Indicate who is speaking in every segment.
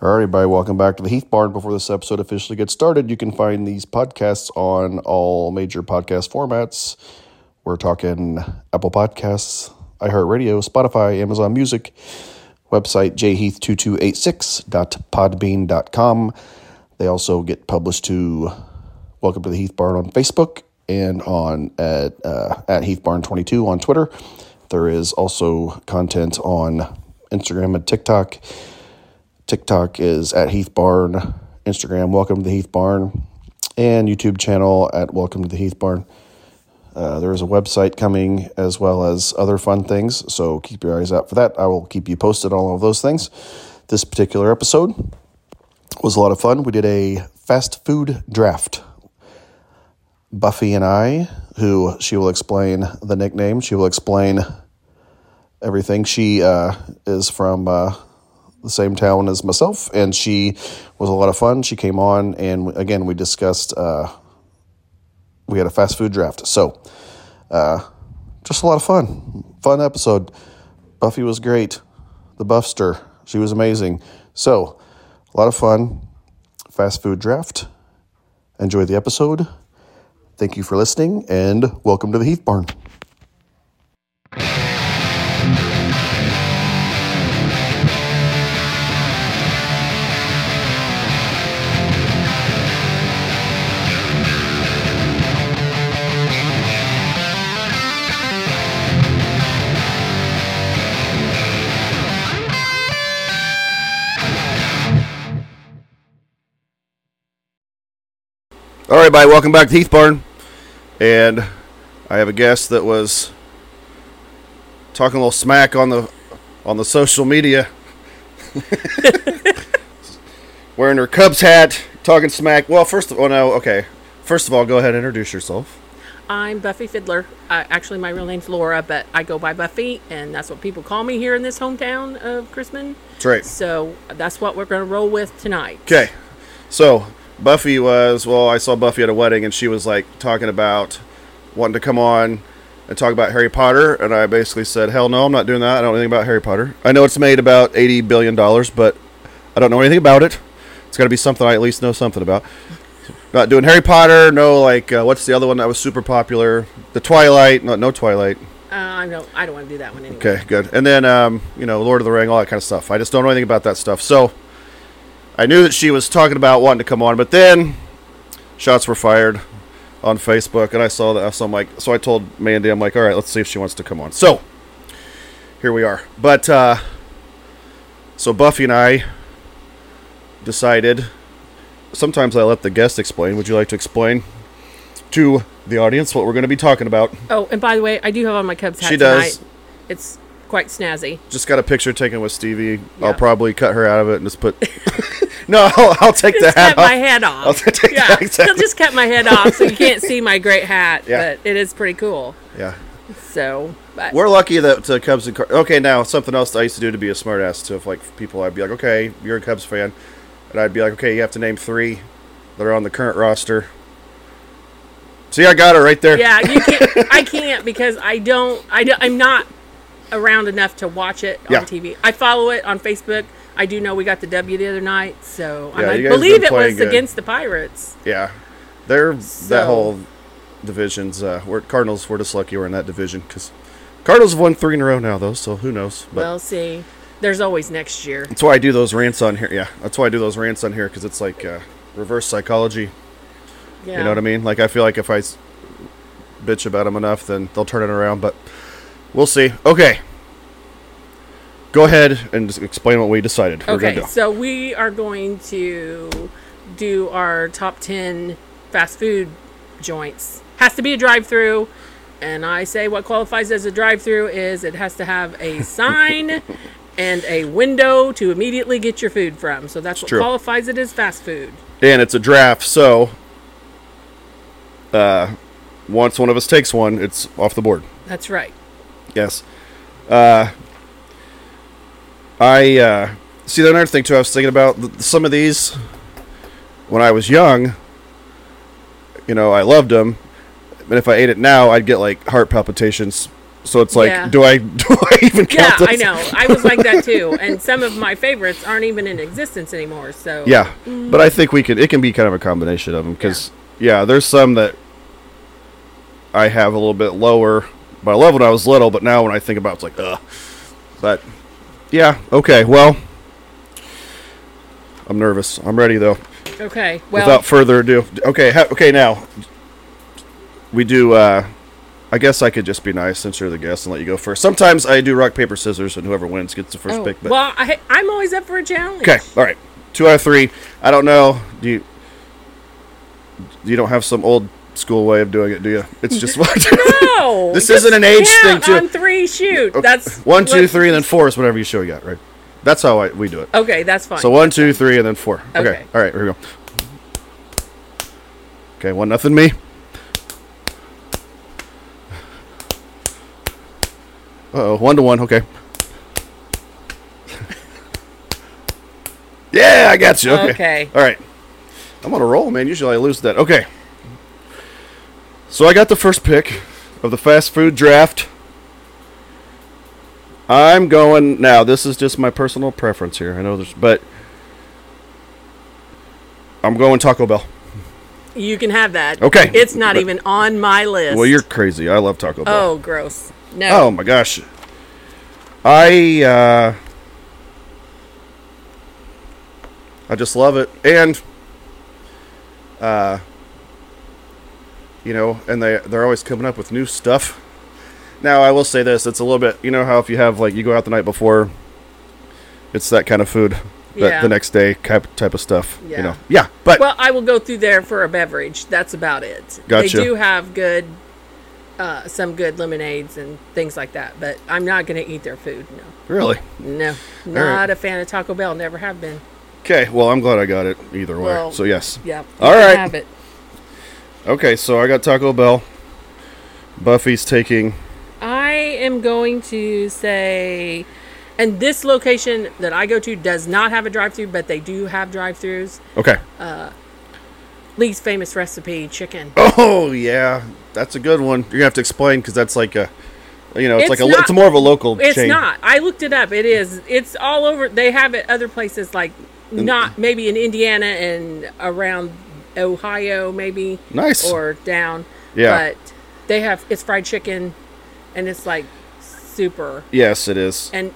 Speaker 1: All right, everybody, welcome back to the Heath Barn. Before this episode officially gets started, you can find these podcasts on all major podcast formats. We're talking Apple Podcasts, iHeartRadio, Spotify, Amazon Music, website jheath2286.podbean.com. They also get published to Welcome to the Heath Barn on Facebook and on at uh, at Heath Barn 22 on Twitter. There is also content on Instagram and TikTok. TikTok is at Heath Barn. Instagram, Welcome to the Heath Barn. And YouTube channel at Welcome to the Heath Barn. Uh, there is a website coming as well as other fun things. So keep your eyes out for that. I will keep you posted on all of those things. This particular episode was a lot of fun. We did a fast food draft. Buffy and I, who she will explain the nickname, she will explain everything. She uh, is from. Uh, the same town as myself, and she was a lot of fun. She came on, and again, we discussed. Uh, we had a fast food draft, so uh, just a lot of fun. Fun episode. Buffy was great. The Buffster, she was amazing. So, a lot of fun. Fast food draft. Enjoy the episode. Thank you for listening, and welcome to the Heath Barn. All right, everybody, welcome back to Heath Barn. And I have a guest that was talking a little smack on the on the social media. Wearing her Cubs hat, talking smack. Well, first of all, no, okay. First of all, go ahead and introduce yourself.
Speaker 2: I'm Buffy Fiddler. Uh, actually, my real name's Laura, but I go by Buffy, and that's what people call me here in this hometown of Crispin.
Speaker 1: That's right.
Speaker 2: So that's what we're going to roll with tonight.
Speaker 1: Okay. So, Buffy was, well, I saw Buffy at a wedding and she was like talking about wanting to come on and talk about Harry Potter. And I basically said, hell no, I'm not doing that. I don't know anything about Harry Potter. I know it's made about $80 billion, but I don't know anything about it. It's got to be something I at least know something about. Not doing Harry Potter. No, like, uh, what's the other one that was super popular? The Twilight. No, no Twilight.
Speaker 2: Uh, I don't, I don't want to do that one anyway.
Speaker 1: Okay, good. And then, um, you know, Lord of the Ring, all that kind of stuff. I just don't know anything about that stuff. So I knew that she was talking about wanting to come on, but then shots were fired on Facebook, and I saw that. So I'm like, so I told Mandy, I'm like, all right, let's see if she wants to come on. So here we are. But uh, so Buffy and I decided. Sometimes I let the guest explain. Would you like to explain to the audience what we're going to be talking about?
Speaker 2: Oh, and by the way, I do have on my Cubs hat
Speaker 1: She does.
Speaker 2: tonight. It's quite snazzy.
Speaker 1: just got a picture taken with Stevie. I'll
Speaker 2: Yeah.
Speaker 1: probably cut her out of it and just put. no, I'll, I'll take the
Speaker 2: Just
Speaker 1: hat
Speaker 2: cut
Speaker 1: off.
Speaker 2: my head off.
Speaker 1: I'll take
Speaker 2: yeah,
Speaker 1: that, exactly.
Speaker 2: she'll just cut my head off so you can't see my great hat,
Speaker 1: Yeah.
Speaker 2: but it is pretty cool.
Speaker 1: Yeah,
Speaker 2: So, but
Speaker 1: we're lucky that uh, Cubs and Car- okay. Now something else that I used to do to be a smartass to if, like people, I'd be like, okay, you're a Cubs fan, and I'd be like, okay, you have to name three that are on the current roster. See, I got it right there.
Speaker 2: yeah, you can't, I can't because I don't, I don't, I'm not around enough to watch it on
Speaker 1: Yeah.
Speaker 2: TV. I follow it on Facebook. I do know we got the W the other night, so
Speaker 1: Yeah,
Speaker 2: and
Speaker 1: you
Speaker 2: I
Speaker 1: guys
Speaker 2: believe
Speaker 1: been
Speaker 2: it was
Speaker 1: playing good.
Speaker 2: against the Pirates.
Speaker 1: yeah. They're that
Speaker 2: So-
Speaker 1: whole division's. Uh, we're Cardinals. We're just lucky we're in that division because Cardinals have won three in a row now, though. So who knows? But
Speaker 2: Well, see, there's always next year.
Speaker 1: That's why I do those rants on here. Yeah, that's why I do those rants on here because it's like uh, reverse psychology.
Speaker 2: Yeah.
Speaker 1: You know what I mean? Like I feel like if I s- bitch about them enough, then they'll turn it around. But we'll see. Okay, go ahead and just explain what we decided. We're
Speaker 2: Okay,
Speaker 1: gonna do.
Speaker 2: so we are going to do our top 10 fast food joints. Has to be a drive through. And I say what qualifies as a drive through is it has to have a sign and a window to immediately get your food from. So that's what
Speaker 1: true.
Speaker 2: qualifies it as fast food.
Speaker 1: and it's a draft, so uh, once one of us takes one, it's off the board.
Speaker 2: That's right.
Speaker 1: Yes. Uh, I uh, see. Another thing too, I was thinking about th- some of these when I was young. You know, I loved them, but if I ate it now, I'd get like heart palpitations So it's like,
Speaker 2: Yeah.
Speaker 1: do I do I even
Speaker 2: Yeah,
Speaker 1: count
Speaker 2: I
Speaker 1: this?
Speaker 2: know. I was like that too. And some of my favorites aren't even in existence anymore. So
Speaker 1: Yeah, but I think we could. It can be kind of a combination of them because yeah. there's some that I have a little bit lower. But I love when I was little, but now when I think about, it, it's like ugh. But yeah, okay. Well, I'm nervous. I'm ready though.
Speaker 2: Okay. Well,
Speaker 1: Without further ado, okay, ha- okay. Now we do. uh I guess I could just be nice since you're the guest and let you go first. Sometimes I do rock paper scissors, and whoever wins gets the first
Speaker 2: oh,
Speaker 1: pick. But
Speaker 2: well, I, I'm always up for a challenge.
Speaker 1: Okay, all right. Two out of three. I don't know. Do you? You don't have some old school way of doing it, do you? It's just what.
Speaker 2: No,
Speaker 1: This
Speaker 2: just
Speaker 1: isn't an age
Speaker 2: count
Speaker 1: thing, too.
Speaker 2: On three, shoot. That's
Speaker 1: one, two,
Speaker 2: what-
Speaker 1: three, and then four is whatever you show you got, right? That's how I, we do it.
Speaker 2: Okay, that's fine.
Speaker 1: So one, two, three, and then four. Okay.
Speaker 2: Okay.
Speaker 1: All right. Here we go. Okay. One nothing me. Uh oh. One to one. Okay. yeah, I got you. Okay.
Speaker 2: Okay.
Speaker 1: All right. I'm on a roll, man. Usually I lose that. Okay. So I got the first pick of the fast food draft. I'm going now. This is just my personal preference here. I know there's, but I'm going Taco Bell.
Speaker 2: You can have that.
Speaker 1: Okay.
Speaker 2: It's not
Speaker 1: But-
Speaker 2: even on my list.
Speaker 1: Well, you're crazy. I love Taco Bell.
Speaker 2: Oh, gross.
Speaker 1: Oh
Speaker 2: No.
Speaker 1: my gosh. I uh I just love it. And uh you know, and they they're always coming up with new stuff. Now, I will say this, it's a little bit, you know how if you have like you go out the night before it's that kind of food that
Speaker 2: Yeah.
Speaker 1: the next day type type of stuff,
Speaker 2: Yeah.
Speaker 1: you know. Yeah, but
Speaker 2: Well, I will go through there for a beverage. That's about it.
Speaker 1: Gotcha.
Speaker 2: They do have good, uh, some good lemonades and things like that, but I'm not going to eat their food. No.
Speaker 1: really.
Speaker 2: No. Not a fan of Taco Bell. Never have been.
Speaker 1: Okay, well, I'm glad I got it either way.
Speaker 2: Well,
Speaker 1: so yes.
Speaker 2: Yeah.
Speaker 1: All
Speaker 2: you can
Speaker 1: right.
Speaker 2: Have it.
Speaker 1: Okay, so I got Taco Bell. Buffy's taking.
Speaker 2: I am going to say, and this location that I go to does not have a drive-through, but they do have drive-throughs.
Speaker 1: Okay.
Speaker 2: Oh. Lee's famous recipe chicken.
Speaker 1: Oh yeah, that's a good one. You're gonna have to explain because that's like a, you know, it's,
Speaker 2: It's
Speaker 1: like a, lo-
Speaker 2: not-
Speaker 1: it's more of a local
Speaker 2: It's
Speaker 1: chain.
Speaker 2: not. I looked it up. It is. It's all over. They have it other places like not maybe in Indiana and around Ohio maybe.
Speaker 1: Nice.
Speaker 2: Or down.
Speaker 1: Yeah.
Speaker 2: But they have it's fried chicken, and it's like super.
Speaker 1: Yes, it is.
Speaker 2: And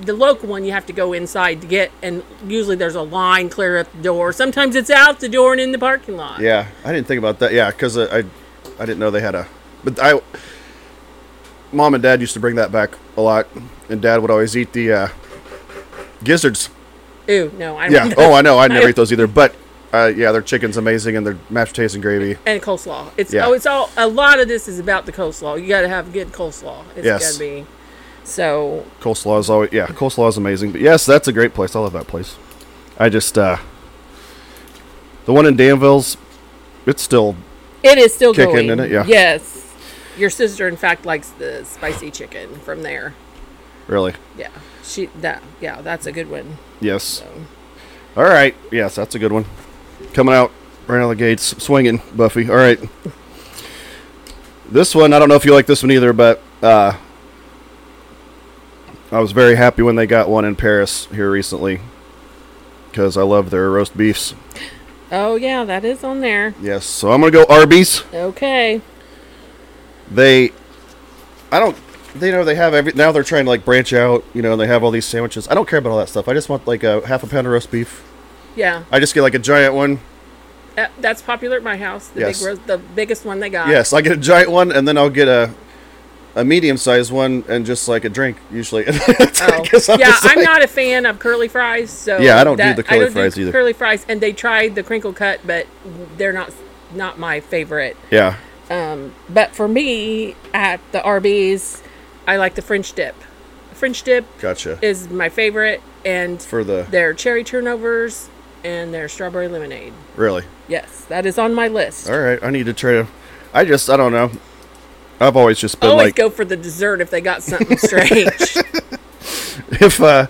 Speaker 2: the local one you have to go inside to get, and usually there's a line clear at the door. Sometimes it's out the door and in the parking lot.
Speaker 1: yeah, I didn't think about that. Yeah, because I, I didn't know they had a. But I, mom and dad used to bring that back a lot, and dad would always eat the uh, gizzards.
Speaker 2: Ooh, no, I don't.
Speaker 1: Yeah. Oh, I know. I never eat those either. But uh, yeah, their chicken's amazing, and their mashed potatoes and gravy.
Speaker 2: and coleslaw. It's
Speaker 1: Yeah.
Speaker 2: oh, it's all a lot of this is about the coleslaw. You got to have good coleslaw. It's
Speaker 1: Yes.
Speaker 2: got to be. So
Speaker 1: Coleslaw is always yeah, coleslaw is amazing. But yes, that's a great place. I love that place. I just uh the one in Danville's it's still
Speaker 2: it is still
Speaker 1: Kicking,
Speaker 2: going.
Speaker 1: isn't it? Yeah.
Speaker 2: Yes. Your sister, in fact, likes the spicy chicken from there.
Speaker 1: really
Speaker 2: Yeah. She that yeah, that's a good one.
Speaker 1: yes. All right. Yes, that's a good one. Coming out right out of the gates swinging, Buffy. All right. This one, I don't know if you like this one either, but uh I was very happy when they got one in Paris here recently because I love their roast beefs.
Speaker 2: Oh yeah, that is on there.
Speaker 1: Yes, so I'm going to go Arby's.
Speaker 2: Okay.
Speaker 1: they i don't they know they have every now they're trying to like branch out you know and they have all these sandwiches i don't care about all that stuff i just want like a half a pound of roast beef
Speaker 2: Yeah,
Speaker 1: i just get like a giant one
Speaker 2: Uh, that's popular at my house. The
Speaker 1: Yes.
Speaker 2: big roast, the biggest one they got.
Speaker 1: yes i get a giant one and then i'll get a a medium sized one and just like a drink usually
Speaker 2: Oh. yeah, I'm not a fan of curly fries. So
Speaker 1: Yeah, I don't do the curly
Speaker 2: I don't
Speaker 1: fries
Speaker 2: do
Speaker 1: either.
Speaker 2: Curly fries, and they tried the crinkle cut, but they're not not my favorite.
Speaker 1: yeah
Speaker 2: Um, but for me, at the Arby's, I like the French dip. French dip
Speaker 1: gotcha
Speaker 2: is my favorite, and
Speaker 1: for the
Speaker 2: their cherry turnovers and their strawberry lemonade.
Speaker 1: really
Speaker 2: Yes, that is on my list.
Speaker 1: all right i need to try to i just i don't know i've always just been
Speaker 2: Always
Speaker 1: like
Speaker 2: go for the dessert if they got something strange.
Speaker 1: if uh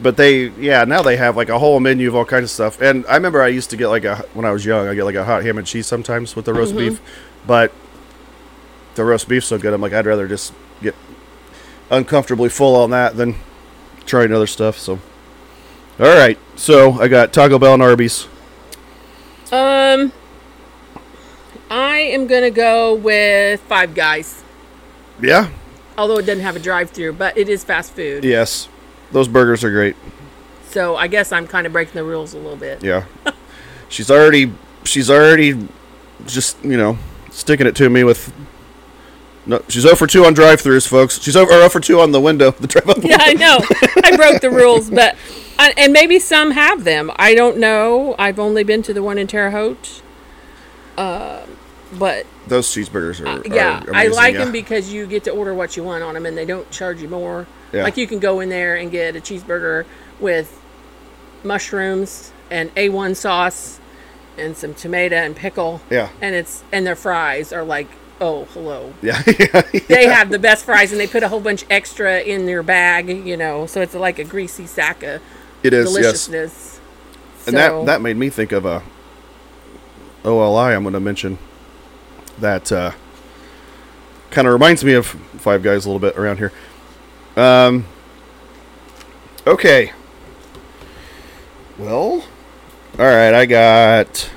Speaker 1: but they yeah now they have like a whole menu of all kinds of stuff and i remember i used to get like a when i was young i get like a hot ham and cheese sometimes with the roast beef but the roast beef's so good i'm like i'd rather just get uncomfortably full on that, then try another stuff. So, all right. So I got Taco Bell and Arby's.
Speaker 2: Um, I am gonna go with Five Guys,
Speaker 1: Yeah.
Speaker 2: although it doesn't have a drive-through, but it is fast food.
Speaker 1: Yes. Those burgers are great.
Speaker 2: So I guess I'm kind of breaking the rules a little bit.
Speaker 1: Yeah. she's already she's already just, you know, sticking it to me with no, she's 0 for 2 on drive-throughs, folks. She's over 0 for 2 on the window, the drive-up.
Speaker 2: Yeah, I know. I broke the rules, but I, and maybe some have them. I don't know. I've only been to the one in Terre Haute. Uh, but
Speaker 1: Those cheeseburgers are, are
Speaker 2: yeah, I
Speaker 1: amazing,
Speaker 2: like
Speaker 1: yeah.
Speaker 2: them because you get to order what you want on them, and they don't charge you more.
Speaker 1: Yeah.
Speaker 2: Like you can go in there and get a cheeseburger with mushrooms and A1 sauce and some tomato and pickle.
Speaker 1: Yeah.
Speaker 2: and it's and their fries are like oh hello
Speaker 1: Yeah. yeah.
Speaker 2: they have the best fries and they put a whole bunch extra in their bag you know so it's like a greasy sack of
Speaker 1: It is, yes.
Speaker 2: deliciousness
Speaker 1: And
Speaker 2: So-
Speaker 1: that that made me think of a OLI. I'm going to mention that uh, kind of reminds me of Five Guys a little bit around here. Um, okay. Well, all right. I got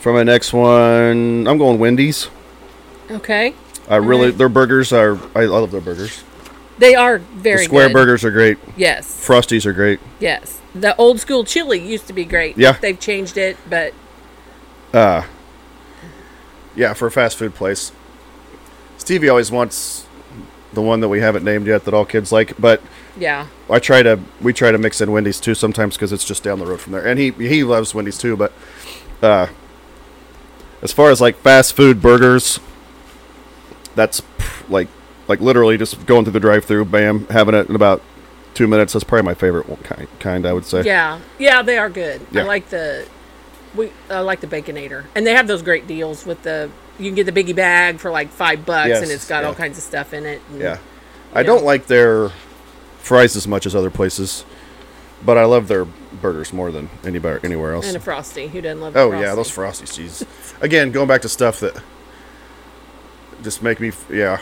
Speaker 1: for my next one. I'm going Wendy's.
Speaker 2: okay
Speaker 1: I really
Speaker 2: right.
Speaker 1: their burgers are. I, I love their burgers.
Speaker 2: they are
Speaker 1: The
Speaker 2: very
Speaker 1: square
Speaker 2: good.
Speaker 1: burgers are great.
Speaker 2: yes
Speaker 1: Frosties are great.
Speaker 2: yes the old school chili used to be great
Speaker 1: Yeah.
Speaker 2: they've changed it but
Speaker 1: Uh, Yeah, for a fast food place. Stevie always wants the one that we haven't named yet that all kids like, but
Speaker 2: yeah
Speaker 1: I try to we try to mix in Wendy's too sometimes because it's just down the road from there, and he he loves Wendy's too. But uh, as far as like fast food burgers, that's pff, like like literally just going through the drive-through, bam, having it in about two minutes. That's probably my favorite one, kind. Kind I would say.
Speaker 2: yeah yeah they are good
Speaker 1: Yeah.
Speaker 2: i like the we i like the baconator and they have those great deals with the you can get the biggie bag for like five bucks
Speaker 1: Yes,
Speaker 2: and it's got all
Speaker 1: yeah.
Speaker 2: kinds of stuff in it and-
Speaker 1: Yeah. I don't like their fries as much as other places, but I love their burgers more than anybody anywhere else.
Speaker 2: and a frosty who doesn't love a
Speaker 1: oh
Speaker 2: frosty?
Speaker 1: yeah, those frosties. Jeez. Again, going back to stuff that just make me f- yeah,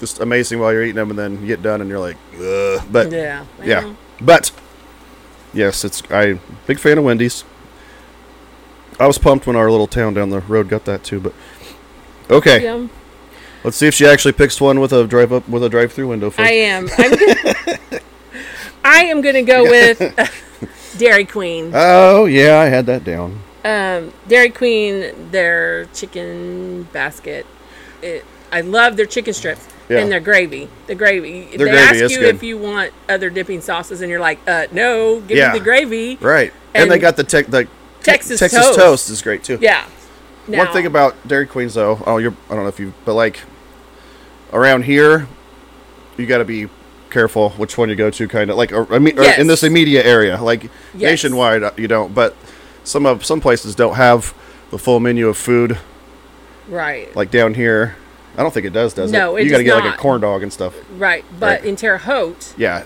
Speaker 1: just amazing while you're eating them, and then you get done and you're like, Ugh. but yeah,
Speaker 2: yeah well,
Speaker 1: but yes, it's I big fan of Wendy's. I was pumped when our little town down the road got that too, but okay.
Speaker 2: yeah
Speaker 1: Let's see if she actually picks one with a drive up with a drive through window.
Speaker 2: i
Speaker 1: First.
Speaker 2: am I'm gonna, i am gonna go with uh, dairy queen
Speaker 1: Oh yeah, I had that down.
Speaker 2: um, dairy queen their chicken basket it, i love their chicken strips
Speaker 1: Yeah.
Speaker 2: and their gravy the gravy
Speaker 1: Their
Speaker 2: they
Speaker 1: gravy
Speaker 2: ask
Speaker 1: is
Speaker 2: you
Speaker 1: good.
Speaker 2: if you want other dipping sauces and you're like uh, no give
Speaker 1: Yeah.
Speaker 2: me the gravy
Speaker 1: Right, and, they
Speaker 2: And-
Speaker 1: got the tech the
Speaker 2: Texas
Speaker 1: Texas
Speaker 2: toast.
Speaker 1: toast, is great too.
Speaker 2: yeah
Speaker 1: One thing about Dairy Queens though, oh you're I don't know if you but like around here, you got to be careful which one you go to kind of like or, I mean, or in this
Speaker 2: Yes.
Speaker 1: immediate area like
Speaker 2: Yes.
Speaker 1: nationwide uh, you don't but some of some places don't have the full menu of food
Speaker 2: right
Speaker 1: like down here i don't think it does does
Speaker 2: No,
Speaker 1: it
Speaker 2: it
Speaker 1: you gotta
Speaker 2: does
Speaker 1: get like
Speaker 2: not.
Speaker 1: a corn dog and stuff
Speaker 2: right but
Speaker 1: Right.
Speaker 2: in terre haute
Speaker 1: yeah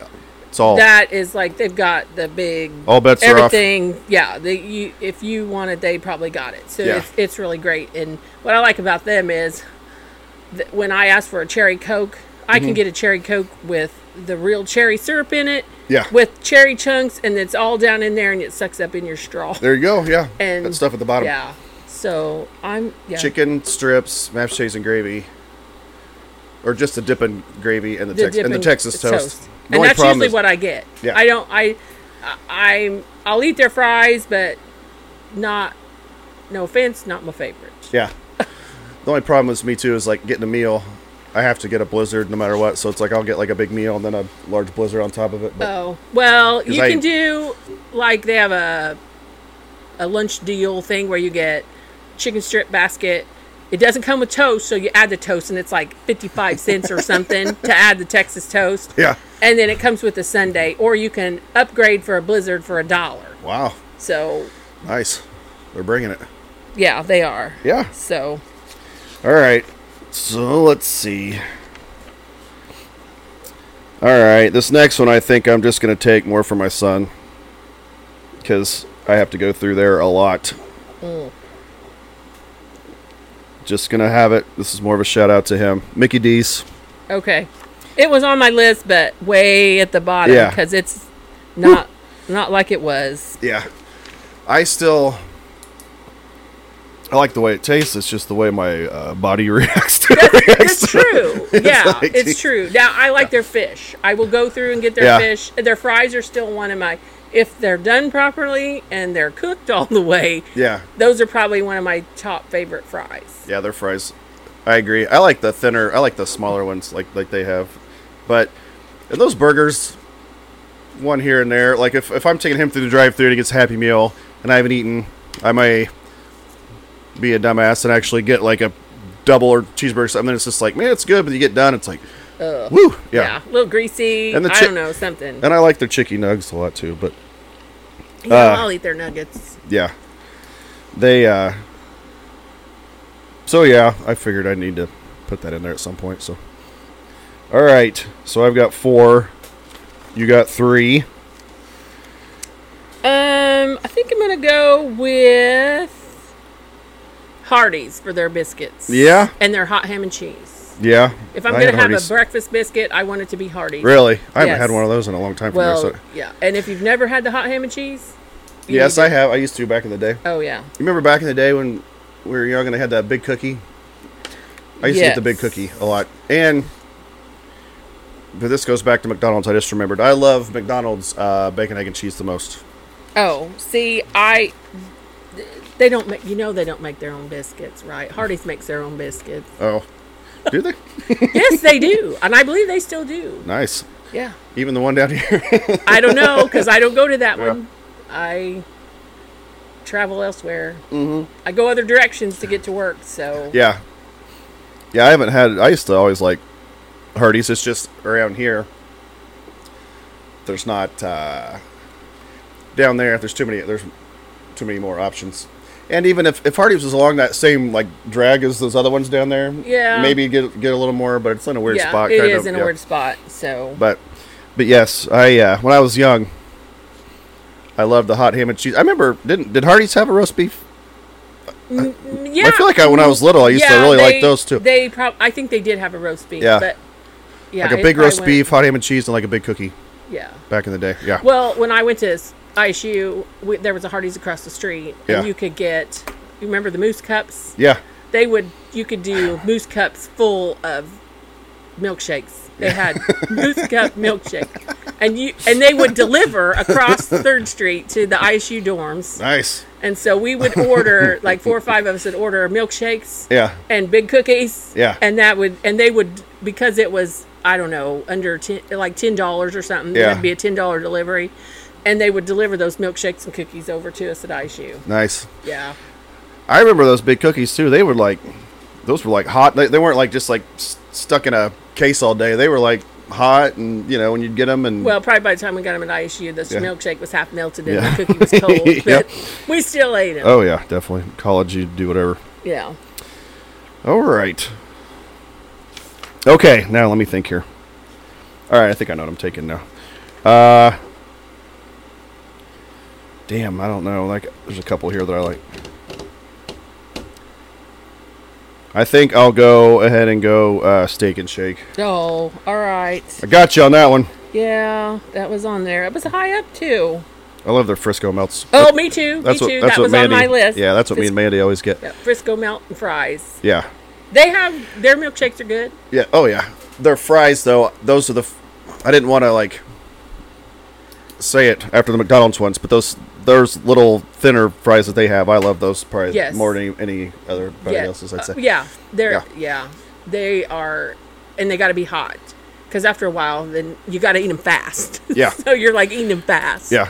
Speaker 1: it's all
Speaker 2: that is like they've got the big
Speaker 1: All bets are off.
Speaker 2: everything. Yeah, they, you if you want it, they probably got it. So
Speaker 1: Yeah.
Speaker 2: it's, it's really great. And what I like about them is that when I ask for a cherry coke, I
Speaker 1: Mhm.
Speaker 2: can get a cherry coke with the real cherry syrup in it.
Speaker 1: Yeah.
Speaker 2: with cherry chunks, and it's all down in there, and it sucks up in your straw.
Speaker 1: there you go yeah
Speaker 2: And
Speaker 1: that stuff at the bottom
Speaker 2: Yeah. So I'm yeah.
Speaker 1: chicken strips, mashed potatoes and gravy, or just the dipping gravy and the, Tex- and the
Speaker 2: dipping
Speaker 1: Texas toast. The
Speaker 2: and
Speaker 1: only
Speaker 2: that's
Speaker 1: problem
Speaker 2: usually
Speaker 1: is-
Speaker 2: what I get.
Speaker 1: Yeah.
Speaker 2: I don't. I, I- I'm. I'll eat their fries, but not. No offense, not my favorite.
Speaker 1: Yeah. the only problem with me too is like getting a meal. I have to get a blizzard no matter what, so it's like I'll get like a big meal and then a large blizzard on top of it. But
Speaker 2: Oh well, you
Speaker 1: I-
Speaker 2: can do like they have a a lunch deal thing where you get chicken strip basket. It doesn't come with toast, so you add the toast, and it's like fifty five cents or something to add the Texas toast.
Speaker 1: yeah,
Speaker 2: And then it comes with a sundae, or you can upgrade for a blizzard for a dollar.
Speaker 1: wow,
Speaker 2: So
Speaker 1: nice. They're bringing it.
Speaker 2: yeah, they are.
Speaker 1: Yeah.
Speaker 2: So
Speaker 1: All right. So let's see. All right. This next one, I think I'm just going to take more for my son because I have to go through there a lot. Mm. Just going to have it. This is more of a shout out to him. Mickey D's.
Speaker 2: Okay. It was on my list, but way at the bottom
Speaker 1: Yeah.
Speaker 2: because it's not not like it was.
Speaker 1: Yeah. I still. I like the way it tastes. It's just the way my uh, body reacts to it.
Speaker 2: It's true. yeah,
Speaker 1: like-
Speaker 2: it's true. Now I like their fish. I will go through and get their
Speaker 1: Yeah.
Speaker 2: fish. Their fries are still one of my if they're done properly and they're cooked all the way.
Speaker 1: Yeah.
Speaker 2: Those are probably one of my top favorite fries.
Speaker 1: Yeah, their fries. I agree. I like the thinner. I like the smaller ones, like like they have. But and those burgers, one here and there. Like if, if I'm taking him through the drive-through and he gets a Happy Meal, and I haven't eaten, I may be a dumbass and actually get like a double or cheeseburger. or Something. And it's just like, man, it's good. But you get done, it's like, woo, yeah.
Speaker 2: Yeah, a little greasy.
Speaker 1: And the
Speaker 2: I
Speaker 1: chi-
Speaker 2: don't know something.
Speaker 1: And I like their chicky nugs a lot too. But
Speaker 2: yeah,
Speaker 1: uh,
Speaker 2: I'll eat their nuggets.
Speaker 1: yeah, they. uh So yeah, I figured I need to put that in there at some point. So, all right. So I've got four. You got three.
Speaker 2: Um, I think I'm gonna go with Hardee's for their biscuits.
Speaker 1: Yeah?
Speaker 2: and their hot ham and cheese.
Speaker 1: Yeah.
Speaker 2: If I'm
Speaker 1: I
Speaker 2: gonna
Speaker 1: had
Speaker 2: have
Speaker 1: Hardee's.
Speaker 2: a breakfast biscuit, I want it to be Hardee's.
Speaker 1: really, I haven't
Speaker 2: Yes.
Speaker 1: had one of those in a long time. From there,
Speaker 2: Well,
Speaker 1: so.
Speaker 2: yeah. And if you've never had the hot ham and cheese, you
Speaker 1: Yes,
Speaker 2: need
Speaker 1: I have. I used to back in the day.
Speaker 2: to- Oh yeah.
Speaker 1: You remember back in the day when we were young and they had that big cookie? I used to eat the big
Speaker 2: Yes.
Speaker 1: cookie a lot. And but this goes back to McDonald's. I just remembered. I love McDonald's uh, bacon, egg, and cheese the most.
Speaker 2: Oh, see, I. They don't make. You know, they don't make their own biscuits, right? Hardee's makes their own biscuits.
Speaker 1: Oh, do they?
Speaker 2: yes, they do, and I believe they still do.
Speaker 1: nice.
Speaker 2: Yeah.
Speaker 1: Even the one down here.
Speaker 2: I don't know because I don't go to that
Speaker 1: Yeah.
Speaker 2: one. I travel elsewhere. Mm-hmm. I go other directions to get to work. So
Speaker 1: yeah, yeah. I haven't had. I used to always like Hardee's. It's just around here. There's not uh, down there. There's too many. There's too many more options. And even if, if Hardee's was along that same like drag as those other ones down there,
Speaker 2: Yeah.
Speaker 1: maybe get get a little more. But it's in a weird
Speaker 2: yeah,
Speaker 1: spot.
Speaker 2: it
Speaker 1: kind
Speaker 2: is
Speaker 1: of,
Speaker 2: in
Speaker 1: yeah.
Speaker 2: a weird spot. So
Speaker 1: But but yes, I uh, when I was young, I loved the hot ham and cheese. I remember didn't did Hardee's have a roast beef?
Speaker 2: Mm, yeah,
Speaker 1: I feel like I, when I was little, I used to really like
Speaker 2: they-
Speaker 1: those too.
Speaker 2: They prob- I think they did have a roast beef.
Speaker 1: Yeah.
Speaker 2: but yeah,
Speaker 1: like a
Speaker 2: it-
Speaker 1: big
Speaker 2: I
Speaker 1: roast
Speaker 2: went-
Speaker 1: beef, hot ham and cheese, and like a big cookie
Speaker 2: Yeah.
Speaker 1: back in the day. Yeah.
Speaker 2: Well, when I went to s- ISU, we, there was a Hardee's across the street,
Speaker 1: Yeah.
Speaker 2: and you could get. You remember the moose cups?
Speaker 1: yeah.
Speaker 2: they would you could do moose cups full of milkshakes they had moose cup milkshake and you and they would deliver across third street to the isu dorms
Speaker 1: Nice.
Speaker 2: and so we would order like four or five of us would order milkshakes
Speaker 1: Yeah.
Speaker 2: and big cookies
Speaker 1: Yeah.
Speaker 2: and that would and they would because it was i don't know under 10 like $10 or something
Speaker 1: Yeah.
Speaker 2: it'd be a $10 delivery and they would deliver those milkshakes and cookies over to us at isu
Speaker 1: Nice.
Speaker 2: yeah
Speaker 1: I remember those big cookies too. They were like, those were like hot. They, they weren't like just like s- stuck in a case all day. They were like hot, and you know, when you'd get them, and
Speaker 2: Well, probably by the time we got them at ISU, the
Speaker 1: Yeah.
Speaker 2: milkshake was half melted and
Speaker 1: Yeah.
Speaker 2: the cookie was cold. But
Speaker 1: Yep.
Speaker 2: we still ate them.
Speaker 1: oh yeah, definitely college. You do whatever.
Speaker 2: Yeah.
Speaker 1: All right. Okay, now let me think here. All right, I think I know what I'm taking now. Uh, damn, I don't know. Like, there's a couple here that I like. I think I'll go ahead and go uh, steak and shake.
Speaker 2: Oh, all right.
Speaker 1: I got you on that one.
Speaker 2: Yeah, that was on there. It was high up too.
Speaker 1: I love their Frisco melts.
Speaker 2: Oh, me too.
Speaker 1: that's
Speaker 2: me
Speaker 1: what
Speaker 2: too.
Speaker 1: that's
Speaker 2: that
Speaker 1: what
Speaker 2: was
Speaker 1: Mandy.
Speaker 2: on my list.
Speaker 1: Yeah, that's what me and
Speaker 2: Fris-
Speaker 1: Mandy always get.
Speaker 2: yeah, Frisco melt and fries.
Speaker 1: Yeah,
Speaker 2: They have their milkshakes are good.
Speaker 1: Yeah. Oh yeah. Their fries though. Those are the. F- I didn't want to like say it after the McDonald's ones, but those those little thinner fries that they have, I love those probably
Speaker 2: Yes.
Speaker 1: more than any, any other
Speaker 2: yeah.
Speaker 1: else's. I'd
Speaker 2: Uh,
Speaker 1: say.
Speaker 2: yeah. They're
Speaker 1: Yeah.
Speaker 2: yeah. They are and they got to be hot. Cuz after a while then you got to eat them fast.
Speaker 1: Yeah.
Speaker 2: so you're like eating them fast.
Speaker 1: Yeah.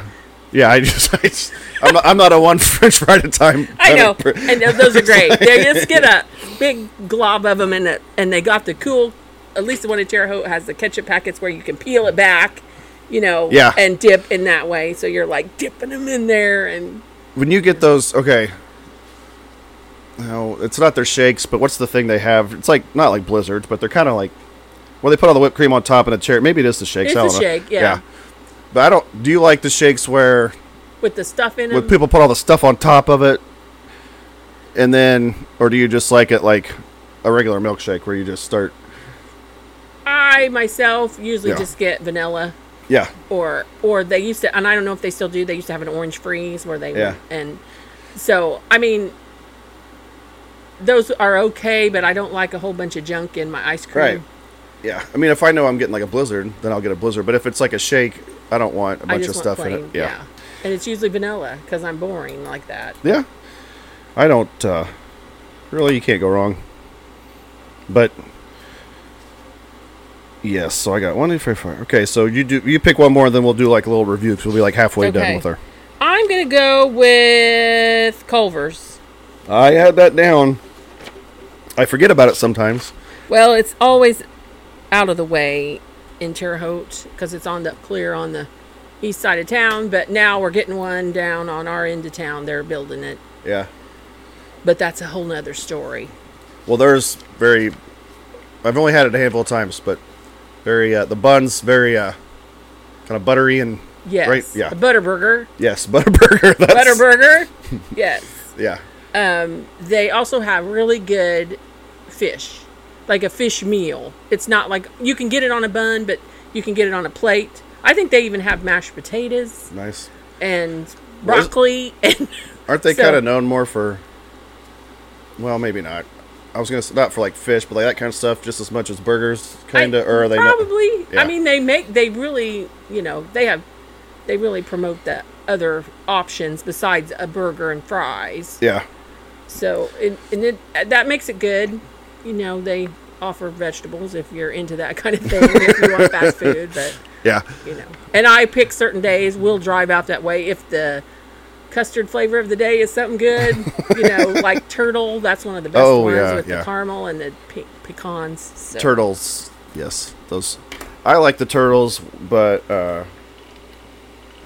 Speaker 1: Yeah. I just. I just I'm, not, I'm not a one French fry at a time.
Speaker 2: I
Speaker 1: kind
Speaker 2: know,
Speaker 1: of per-
Speaker 2: and th- those are great. They just get a big glob of them, and it, and they got the cool. At least the one in Terre Haute has the ketchup packets where you can peel it back, you know,
Speaker 1: Yeah.
Speaker 2: and dip in that way. So you're like dipping them in there, and
Speaker 1: when you get those, okay. No, it's not their shakes, but what's the thing they have? It's like not like blizzards, but they're kind of like well, they put all the whipped cream on top and a cherry. Maybe it is the shakes.
Speaker 2: It's
Speaker 1: I
Speaker 2: a
Speaker 1: don't know.
Speaker 2: shake, yeah.
Speaker 1: But I don't. Do you like the shakes where
Speaker 2: with the stuff in
Speaker 1: when
Speaker 2: them.
Speaker 1: people put all the stuff on top of it, and then, or do you just like it like a regular milkshake where you just start?
Speaker 2: I myself usually
Speaker 1: Yeah.
Speaker 2: just get vanilla
Speaker 1: Yeah.
Speaker 2: or or they used to and I don't know if they still do. They used to have an orange freeze where they
Speaker 1: Yeah.
Speaker 2: and so I mean those are okay, but I don't like a whole bunch of junk in my ice cream.
Speaker 1: Right. Yeah. I mean, if I know I'm getting like a blizzard, then I'll get a blizzard. But if it's like a shake, I don't want a
Speaker 2: I
Speaker 1: bunch
Speaker 2: just
Speaker 1: of stuff
Speaker 2: want plain.
Speaker 1: in it. Yeah.
Speaker 2: And it's usually vanilla because I'm boring like that.
Speaker 1: Yeah. I don't, uh, really, you can't go wrong. But, yes. So I got one, two, three, four. Okay. So you do, you pick one more, and then we'll do like a little review because we'll be like halfway done
Speaker 2: Okay.
Speaker 1: with her.
Speaker 2: I'm gonna go with Culver's.
Speaker 1: I had that down. I forget about it sometimes.
Speaker 2: Well, it's always out of the way in Terre Haute because it's on the clear on the east side of town. But now we're getting one down on our end of town. They're building it,
Speaker 1: Yeah.
Speaker 2: but that's a whole nother story.
Speaker 1: Well, there's very. I've only had it a handful of times, but very uh, the buns very uh, kind of buttery and
Speaker 2: Yes,
Speaker 1: right yeah
Speaker 2: a butterburger,
Speaker 1: yes butterburger that's,
Speaker 2: butterburger. yes,
Speaker 1: yeah
Speaker 2: um, they also have really good fish, like a fish meal. It's not like you can get it on a bun, but you can get it on a plate. I think they even have mashed potatoes
Speaker 1: nice
Speaker 2: and
Speaker 1: Well, is-
Speaker 2: broccoli and
Speaker 1: aren't they
Speaker 2: So-
Speaker 1: kind of known more for well maybe not I was gonna say not for like fish but like that kind of stuff just as much as burgers kind
Speaker 2: I-
Speaker 1: of or are they not-
Speaker 2: probably?
Speaker 1: Yeah.
Speaker 2: I mean, they make they really you know they have they really promote the other options besides a burger and fries.
Speaker 1: yeah
Speaker 2: So it, and it, that makes it good. You know, they offer vegetables if you're into that kind of thing. if you want fast food, but
Speaker 1: yeah
Speaker 2: you know, and I pick certain days. We'll drive out that way if the custard flavor of the day is something good. you know, like turtle. That's one of the best
Speaker 1: Oh,
Speaker 2: ones
Speaker 1: yeah,
Speaker 2: with
Speaker 1: yeah.
Speaker 2: the caramel and the pe- pecans. So.
Speaker 1: turtles yes those I like the turtles but uh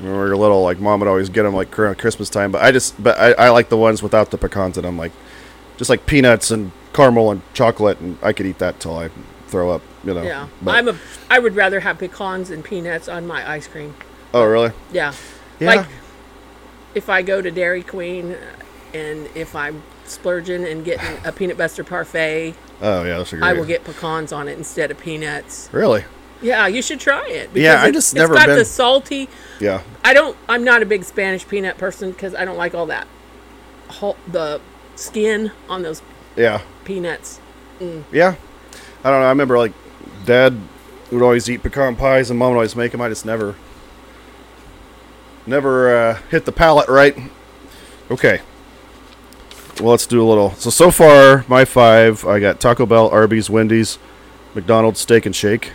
Speaker 1: when we were little, like mom would always get them like around Christmas time. But I just, but I, I like the ones without the pecans in them, like just like peanuts and caramel and chocolate, and I could eat that till I throw up, you know.
Speaker 2: Yeah,
Speaker 1: But,
Speaker 2: I'm a. I would rather have pecans and peanuts on my ice cream.
Speaker 1: oh really?
Speaker 2: Yeah.
Speaker 1: Yeah.
Speaker 2: Like if I go to Dairy Queen, and if I'm splurging and getting a peanut butter parfait,
Speaker 1: oh yeah, that's a great.
Speaker 2: I will get pecans on it instead of peanuts.
Speaker 1: really.
Speaker 2: Yeah, you should try it. because
Speaker 1: Yeah, I
Speaker 2: it-
Speaker 1: just never
Speaker 2: It's got
Speaker 1: been-
Speaker 2: the salty.
Speaker 1: Yeah.
Speaker 2: I don't. I'm not a big Spanish peanut person because I don't like all that. Whole, the skin on those
Speaker 1: Yeah.
Speaker 2: peanuts.
Speaker 1: Yeah. I don't know. I remember like dad would always eat pecan pies, and mom would always make them. I just never, never uh, hit the palate right. Okay. Well, let's do a little. So so far, my five. I got Taco Bell, Arby's, Wendy's, McDonald's, Steak and Shake.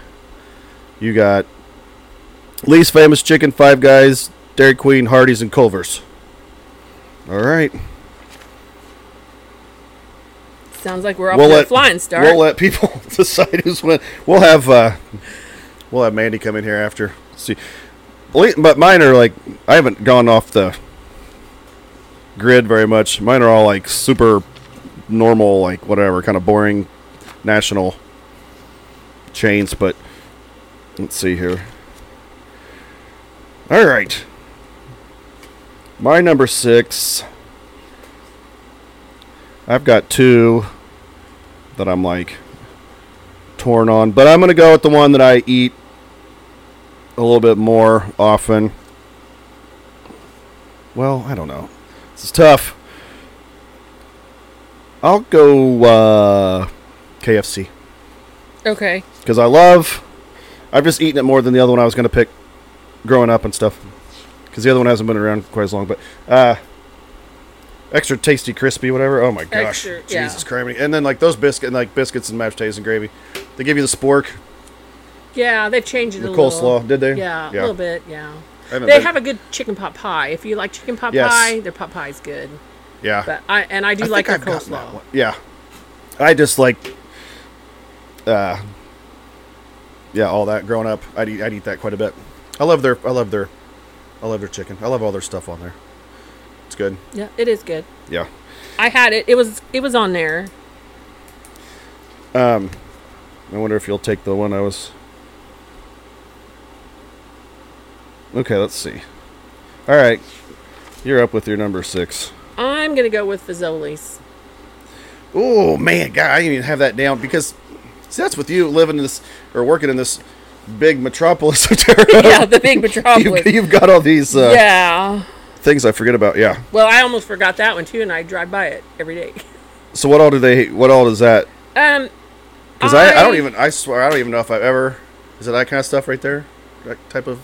Speaker 1: You got least famous chicken, Five Guys, Dairy Queen, Hardee's, and Culver's. All right.
Speaker 2: Sounds like we're off to a flying start.
Speaker 1: We'll let people decide who's win. We'll have uh, we'll have Mandy come in here after. See, Le- but mine are like I haven't gone off the grid very much. Mine are all like super normal, like whatever kind of boring national chains. But let's see here. All right, my number six. I've got two that I'm like torn on, but I'm gonna go with the one that I eat a little bit more often. Well, I don't know. This is tough. I'll go uh, KFC
Speaker 2: okay.
Speaker 1: because I love. I've just eaten it more than the other one I was gonna pick, growing up and stuff. Because the other one hasn't been around quite as long, but uh, extra tasty, crispy, whatever. Oh my gosh,
Speaker 2: Extra- yeah.
Speaker 1: Jesus Christ! And then like those biscuit, and, like biscuits and mashed potatoes and gravy. They give you the spork,
Speaker 2: Yeah, they've changed it
Speaker 1: the
Speaker 2: a little.
Speaker 1: coleslaw. Did they?
Speaker 2: Yeah, a little bit. Yeah.
Speaker 1: I haven't
Speaker 2: They
Speaker 1: been-
Speaker 2: have a good chicken pot pie. If you like chicken pot
Speaker 1: Yes.
Speaker 2: pie, their pot pie's good.
Speaker 1: yeah.
Speaker 2: But I and I do
Speaker 1: I
Speaker 2: like
Speaker 1: think
Speaker 2: their
Speaker 1: I've gotten that
Speaker 2: coleslaw.
Speaker 1: one. Yeah, I just like, uh, yeah, all that. Growing up, I'd eat, I'd eat that quite a bit. I love their, I love their, I love their chicken. I love all their stuff on there. It's good.
Speaker 2: Yeah, it is good.
Speaker 1: Yeah.
Speaker 2: I had it. It was it was on there.
Speaker 1: Um, I wonder if you'll take the one I was. Okay, let's see. All right, you're up with your number six.
Speaker 2: I'm gonna go with Fazoli's.
Speaker 1: Oh man, God, I didn't even have that down because See, that's with you living in this or working in this big metropolis of Terra.
Speaker 2: yeah, the big
Speaker 1: you've,
Speaker 2: metropolis.
Speaker 1: you've got all these uh,
Speaker 2: yeah.
Speaker 1: things I forget about. Yeah.
Speaker 2: Well, I almost forgot that one too, and I drive by it every day.
Speaker 1: So what all do they? What all does that?
Speaker 2: Um,
Speaker 1: Because I, I don't even. I swear I don't even know if I've ever. Is it that kind of stuff right there? That type of.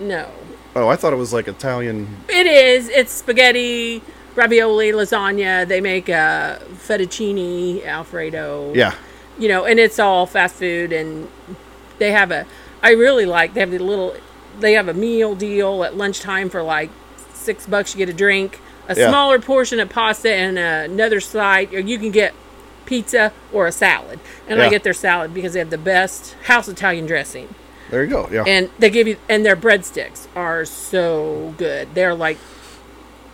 Speaker 2: no.
Speaker 1: Oh, I thought it was like Italian.
Speaker 2: It is. It's spaghetti, ravioli, lasagna. They make uh, fettuccine alfredo.
Speaker 1: Yeah.
Speaker 2: You know, and it's all fast food, and they have a. I really like. They have the little. They have a meal deal at lunchtime for like six bucks. You get a drink, a
Speaker 1: Yeah.
Speaker 2: smaller portion of pasta, and another side. Or you can get pizza or a salad, and I
Speaker 1: Yeah.
Speaker 2: get their salad because they have the best house Italian dressing
Speaker 1: There you go. Yeah.
Speaker 2: and they give you and their breadsticks are so good they're like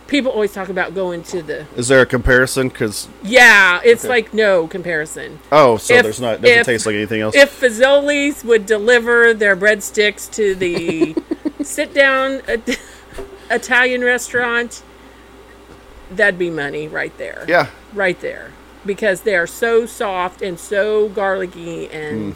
Speaker 2: people always talk about going to the
Speaker 1: Is there a comparison? Because
Speaker 2: yeah it's like no comparison
Speaker 1: oh, so
Speaker 2: If-
Speaker 1: there's not. It doesn't
Speaker 2: if-
Speaker 1: taste like anything else.
Speaker 2: if fazoli's would deliver their breadsticks to the sit down it- italian restaurant that'd be money right there
Speaker 1: yeah.
Speaker 2: right there because they are so soft and so garlicky and
Speaker 1: Mm,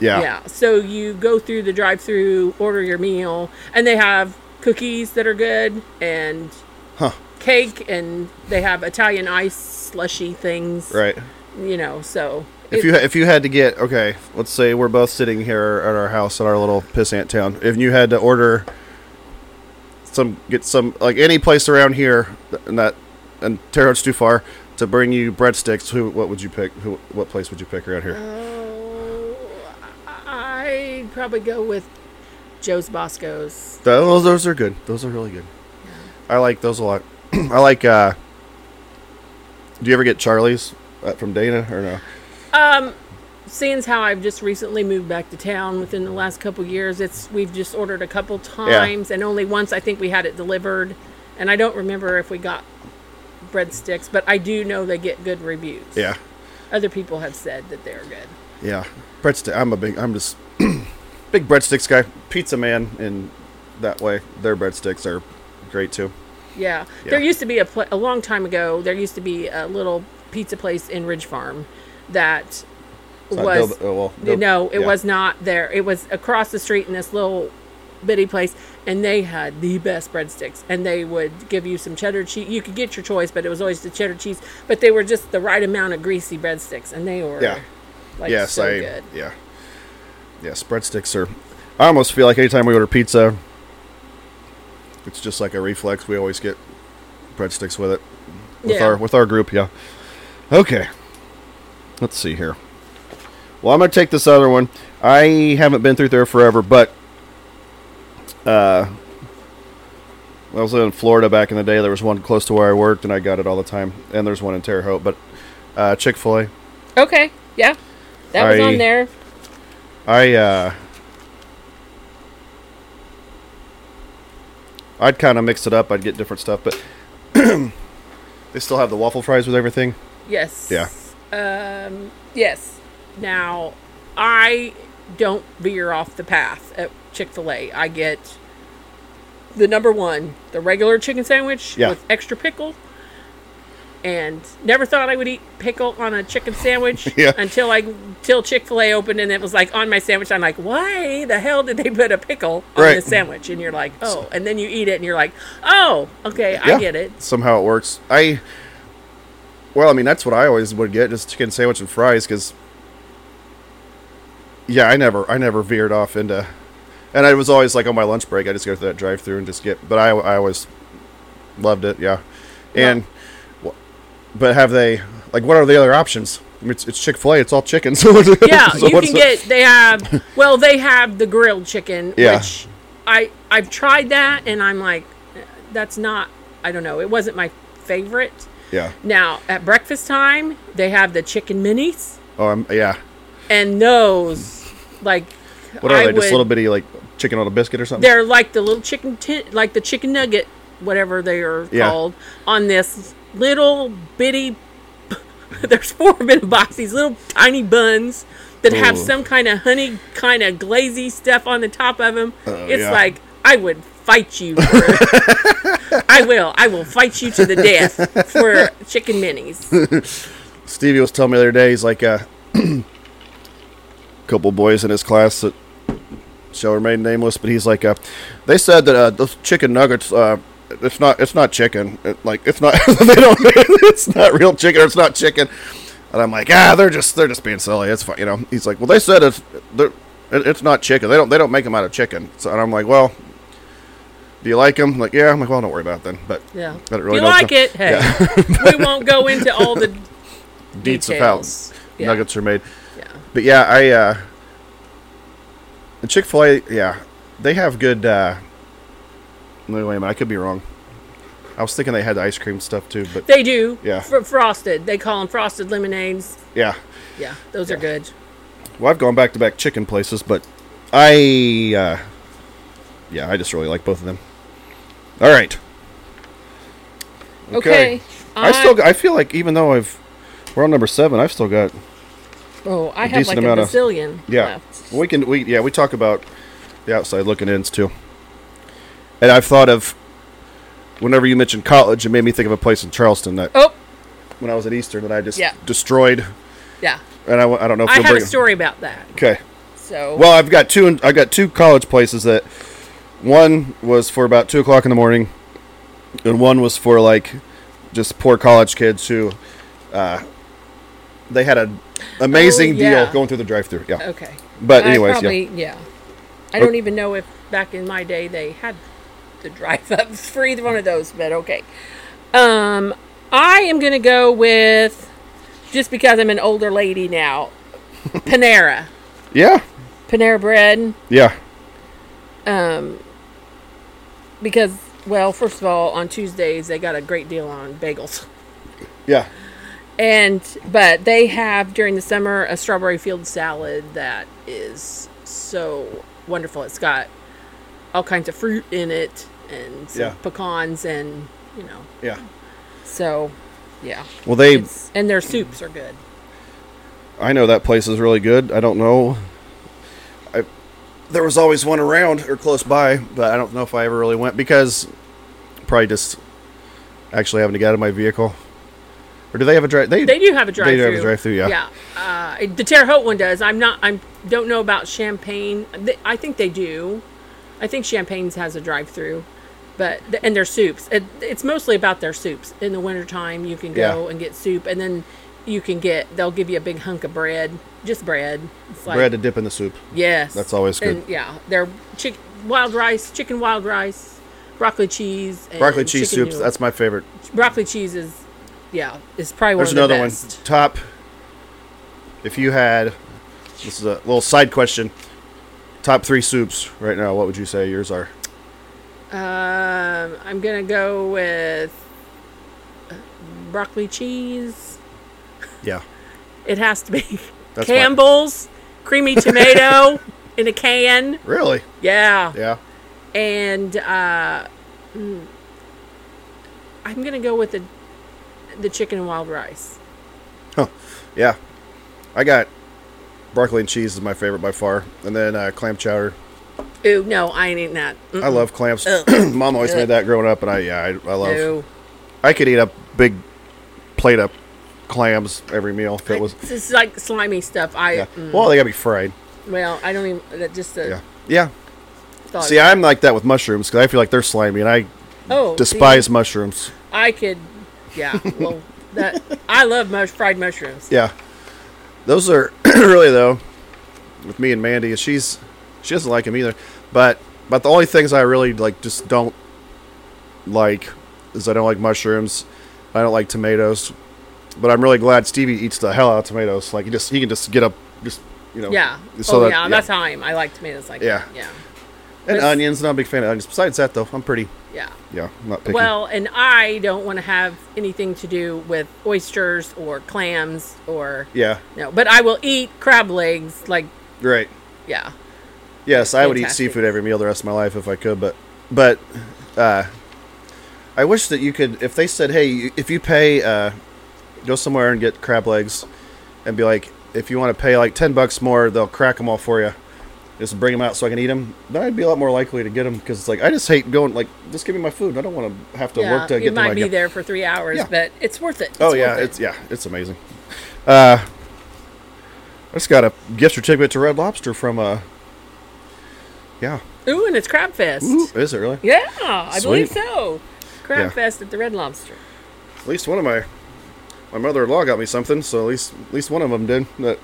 Speaker 1: Yeah.
Speaker 2: Yeah. So you go through the drive through, order your meal, and they have cookies that are good and
Speaker 1: Huh.
Speaker 2: cake and they have Italian ice slushy things.
Speaker 1: Right.
Speaker 2: You know, so
Speaker 1: If
Speaker 2: it-
Speaker 1: you ha- if you had to get okay, let's say we're both sitting here at our house in our little pissant town. If you had to order some get some like any place around here and that and Tarot's too far to bring you breadsticks, who what would you pick? Who what place would you pick around here?
Speaker 2: Oh, I'd probably go with Joe's Bosco's.
Speaker 1: Those those are good. Those are really good. I like those a lot. I like. uh Do you ever get Charlie's uh, from Dana or no?
Speaker 2: Seeing as how I've just recently moved back to town within the last couple years, it's we've just ordered a couple times and only once I think we had it delivered, and I don't remember if we got breadsticks, but I do know they get good reviews.
Speaker 1: Yeah,
Speaker 2: Other people have said that they're good.
Speaker 1: yeah. Breadstick. I'm a big. I'm just big breadsticks guy. Pizza man, and that way their breadsticks are great too.
Speaker 2: Yeah.
Speaker 1: Yeah.
Speaker 2: There used to be a pla a long time ago, there used to be a little pizza place in Ridge Farm that
Speaker 1: It's not
Speaker 2: was
Speaker 1: Dilb- oh, well, Dilb-
Speaker 2: no, it
Speaker 1: yeah.
Speaker 2: was not there. It was across the street in this little bitty place, and they had the best breadsticks. And they would give you some cheddar cheese. You could get your choice, but it was always the cheddar cheese. But they were just the right amount of greasy breadsticks, and they were
Speaker 1: Yeah.
Speaker 2: like
Speaker 1: yes,
Speaker 2: so
Speaker 1: I
Speaker 2: good.
Speaker 1: yeah, yes. Breadsticks are. I almost feel like anytime we order pizza, it's just like a reflex. We always get breadsticks with it with
Speaker 2: Yeah.
Speaker 1: our with our group. Yeah. Okay. Let's see here. Well, I'm gonna take this other one. I haven't been through there forever, but uh, I was in Florida back in the day. There was one close to where I worked, and I got it all the time. And there's one in Terre Haute, but uh, Chick Fil A.
Speaker 2: Okay, yeah, that was
Speaker 1: I-
Speaker 2: on there.
Speaker 1: I uh I'd kind of mix it up. I'd get different stuff, but they still have the waffle fries with everything.
Speaker 2: Yes.
Speaker 1: Yeah.
Speaker 2: Um, yes. Now, I don't veer off the path at Chick fil A. I get the number one, the regular chicken sandwich
Speaker 1: Yeah.
Speaker 2: with extra pickle. And never thought I would eat pickle on a chicken sandwich
Speaker 1: Yeah.
Speaker 2: until I till Chick Fil A opened and it was like on my sandwich. I'm like, why the hell did they put a pickle on
Speaker 1: Right.
Speaker 2: this sandwich? And you're like, oh, and then you eat it and you're like, oh, okay, I
Speaker 1: Yeah.
Speaker 2: get it.
Speaker 1: Somehow it works. I well, I mean that's what I always would get just chicken sandwich and fries because yeah, I never I never veered off into and I was always like on my lunch break I just go through that drive through and just get but I I always loved it yeah and wh- but have they like what are the other options I mean, it's, it's Chick Fil A it's all chicken so what's-
Speaker 2: Yeah,
Speaker 1: so
Speaker 2: you
Speaker 1: what's
Speaker 2: can
Speaker 1: the-
Speaker 2: get. They have. Well, they have the grilled chicken,
Speaker 1: Yeah.
Speaker 2: which I I've tried that, and I'm like, that's not. I don't know. It wasn't my favorite.
Speaker 1: yeah
Speaker 2: Now at breakfast time, they have the chicken minis,
Speaker 1: oh I'm, yeah
Speaker 2: and those like
Speaker 1: what are
Speaker 2: I
Speaker 1: they just
Speaker 2: would-
Speaker 1: little bitty like chicken on a biscuit or something
Speaker 2: They're like the little chicken tin, like the chicken nugget, whatever they are
Speaker 1: Yeah.
Speaker 2: called, on this little bitty. there's four of them in a box. These little tiny buns that have
Speaker 1: Ooh.
Speaker 2: some kind of honey, kind of glazy stuff on the top of them. it's
Speaker 1: Oh, yeah.
Speaker 2: like I would fight you. For, I will. I will fight you to the death for chicken minis.
Speaker 1: Stevie was telling me the other day he's like uh couple boys in his class that shall remain nameless, but he's like, uh, they said that uh, those chicken nuggets, uh, it's not, it's not chicken. It, like, it's not, they don't, it's not real chicken. Or it's not chicken. And I'm like, ah, they're just, they're just being silly. It's fine, you know. He's like, well, they said it's, they're, it, it's not chicken. They don't, they don't make them out of chicken. So, and I'm like, well, do you like them? Like, yeah. I'm like, well, don't worry about it then. But
Speaker 2: Yeah.
Speaker 1: I don't really
Speaker 2: if
Speaker 1: know
Speaker 2: you
Speaker 1: if
Speaker 2: like
Speaker 1: the-
Speaker 2: it, hey, we won't go into all the
Speaker 1: deets of
Speaker 2: details.
Speaker 1: how
Speaker 2: Yeah.
Speaker 1: nuggets are made.
Speaker 2: Yeah.
Speaker 1: But yeah, I uh the Chick Fil A, yeah, they have good. uh no, Wait a minute, I could be wrong. I was thinking they had ice cream stuff too, but
Speaker 2: They do.
Speaker 1: Yeah.
Speaker 2: Fr- frosted. They call them frosted lemonades.
Speaker 1: yeah.
Speaker 2: Yeah, those are good.
Speaker 1: Well, I've gone back to back chicken places, but I, uh yeah, I just really like both of them. All right.
Speaker 2: Okay.
Speaker 1: I still, got, I feel like even though I've, we're on number seven, I've still got
Speaker 2: Oh, I
Speaker 1: a
Speaker 2: have
Speaker 1: decent
Speaker 2: like a
Speaker 1: amount of-
Speaker 2: bazillion
Speaker 1: Yeah,
Speaker 2: left.
Speaker 1: we can. We yeah, we talk about the outside looking ins too. And I've thought of whenever you mentioned college, it made me think of a place in Charleston that
Speaker 2: Oh,
Speaker 1: when I was at Eastern that I just
Speaker 2: Yeah.
Speaker 1: destroyed.
Speaker 2: yeah.
Speaker 1: And I, wa- I don't know if
Speaker 2: I
Speaker 1: you'll
Speaker 2: have a
Speaker 1: bring
Speaker 2: story about that.
Speaker 1: Okay.
Speaker 2: So.
Speaker 1: Well, I've got two. in- I've got two college places that one was for about two o'clock in the morning, and one was for like just poor college kids who uh, they had an amazing
Speaker 2: Oh, yeah.
Speaker 1: deal going through the drive-through. Yeah.
Speaker 2: okay.
Speaker 1: But
Speaker 2: I
Speaker 1: anyways, yeah.
Speaker 2: probably, yeah. I don't even know if back in my day they had the drive ups for either one of those, but okay. Um, I am gonna go with just because I'm an older lady now. Panera,
Speaker 1: Yeah.
Speaker 2: Panera Bread.
Speaker 1: Yeah.
Speaker 2: Um, because well, first of all, on Tuesdays they got a great deal on bagels.
Speaker 1: Yeah.
Speaker 2: And but they have during the summer a strawberry field salad that is so wonderful. It's got all kinds of fruit in it and some
Speaker 1: Yeah.
Speaker 2: pecans and you know
Speaker 1: Yeah.
Speaker 2: so yeah.
Speaker 1: Well, they.
Speaker 2: It's, and their soups are good.
Speaker 1: I know that place is really good. I don't know. I there was always one around or close by, but I don't know if I ever really went because probably just actually having to get out of my vehicle. Or do they have a drive? They,
Speaker 2: They do have a drive
Speaker 1: They
Speaker 2: through.
Speaker 1: do have a drive-through, yeah.
Speaker 2: Yeah. Uh, the Terre Haute one does. I'm not. I'm don't know about Champagne. They, I think they do. I think Champagne's has a drive through, but and their soups. It, it's mostly about their soups. In the wintertime, you can go
Speaker 1: Yeah.
Speaker 2: and get soup, and then you can get. They'll give you a big hunk of bread, just bread. It's like,
Speaker 1: bread to dip in the soup.
Speaker 2: Yes.
Speaker 1: That's always good.
Speaker 2: And, yeah, their chick wild rice, chicken wild rice, broccoli cheese, and
Speaker 1: Broccoli cheese
Speaker 2: chicken
Speaker 1: soups.
Speaker 2: noodle.
Speaker 1: That's my favorite.
Speaker 2: broccoli cheese is, yeah, is probably
Speaker 1: There's
Speaker 2: one of the
Speaker 1: another one.
Speaker 2: best.
Speaker 1: Top. If you had, this is a little side question. Top three soups right now. What would you say yours are?
Speaker 2: Um, I'm gonna go with uh, broccoli cheese.
Speaker 1: Yeah.
Speaker 2: It has to be
Speaker 1: That's mine.
Speaker 2: Campbell's creamy tomato in a can.
Speaker 1: Really?
Speaker 2: Yeah,
Speaker 1: Yeah.
Speaker 2: and uh, mm, I'm gonna go with the the chicken and wild rice.
Speaker 1: Huh. Yeah. I got broccoli and cheese is my favorite by far, and then uh, clam chowder.
Speaker 2: Ooh, no, I ain't eating that. Mm,
Speaker 1: I love clams. Mom always made that growing up, and I yeah I, I love.
Speaker 2: No,
Speaker 1: I could eat a big plate of clams every meal if it was.
Speaker 2: this is like slimy stuff. I
Speaker 1: Yeah.
Speaker 2: mm,
Speaker 1: Well, they gotta be fried.
Speaker 2: well, I don't even that just a
Speaker 1: Yeah. Yeah.
Speaker 2: thought.
Speaker 1: See, I'm like that with mushrooms because I feel like they're slimy, and I
Speaker 2: oh, see?
Speaker 1: despise mushrooms.
Speaker 2: I could, yeah. Well, that I love mush, fried mushrooms.
Speaker 1: Yeah. Those are really though, with me and Mandy, is she's she doesn't like them either. But but the only things I really like just don't like is I don't like mushrooms. I don't like tomatoes. But I'm really glad Stevie eats the hell out of tomatoes. Like he just he can just get up just you know
Speaker 2: Yeah.
Speaker 1: so
Speaker 2: oh,
Speaker 1: that-
Speaker 2: yeah, That's how I am. I like tomatoes like
Speaker 1: Yeah.
Speaker 2: that. Yeah.
Speaker 1: and
Speaker 2: that's-
Speaker 1: onions. Not a big fan of onions. Besides that though, I'm pretty
Speaker 2: Yeah.
Speaker 1: yeah I'm not picky.
Speaker 2: Well, and I don't want to have anything to do with oysters or clams or
Speaker 1: yeah
Speaker 2: no, but I will eat crab legs. Like,
Speaker 1: right.
Speaker 2: yeah,
Speaker 1: Yes, I would eat
Speaker 2: Fantastic.
Speaker 1: seafood every meal the rest of my life if I could, but but uh, I wish that you could. If they said, "Hey, you- if you pay, uh, go somewhere and get crab legs," and be like, "If you want to pay like ten bucks more, they'll crack them all for you." Just bring them out so I can eat them. Then I'd be a lot more likely to get them because it's like I just hate going. Like, just give me my food. I don't want to have to
Speaker 2: yeah.
Speaker 1: work to
Speaker 2: you
Speaker 1: get to
Speaker 2: might
Speaker 1: my.
Speaker 2: be
Speaker 1: go-
Speaker 2: there for three hours,
Speaker 1: Yeah.
Speaker 2: but it's worth it.
Speaker 1: oh
Speaker 2: It's
Speaker 1: yeah,
Speaker 2: worth it.
Speaker 1: it's yeah, it's amazing. Uh, just got a gift certificate to Red Lobster from uh Yeah.
Speaker 2: Ooh, and it's Crab Fest.
Speaker 1: Ooh, is it really?
Speaker 2: Yeah, I believe
Speaker 1: Sweet.
Speaker 2: so. Crab
Speaker 1: Yeah.
Speaker 2: Fest at the Red Lobster.
Speaker 1: At least one of my my mother-in-law got me something, so at least at least one of them did. But-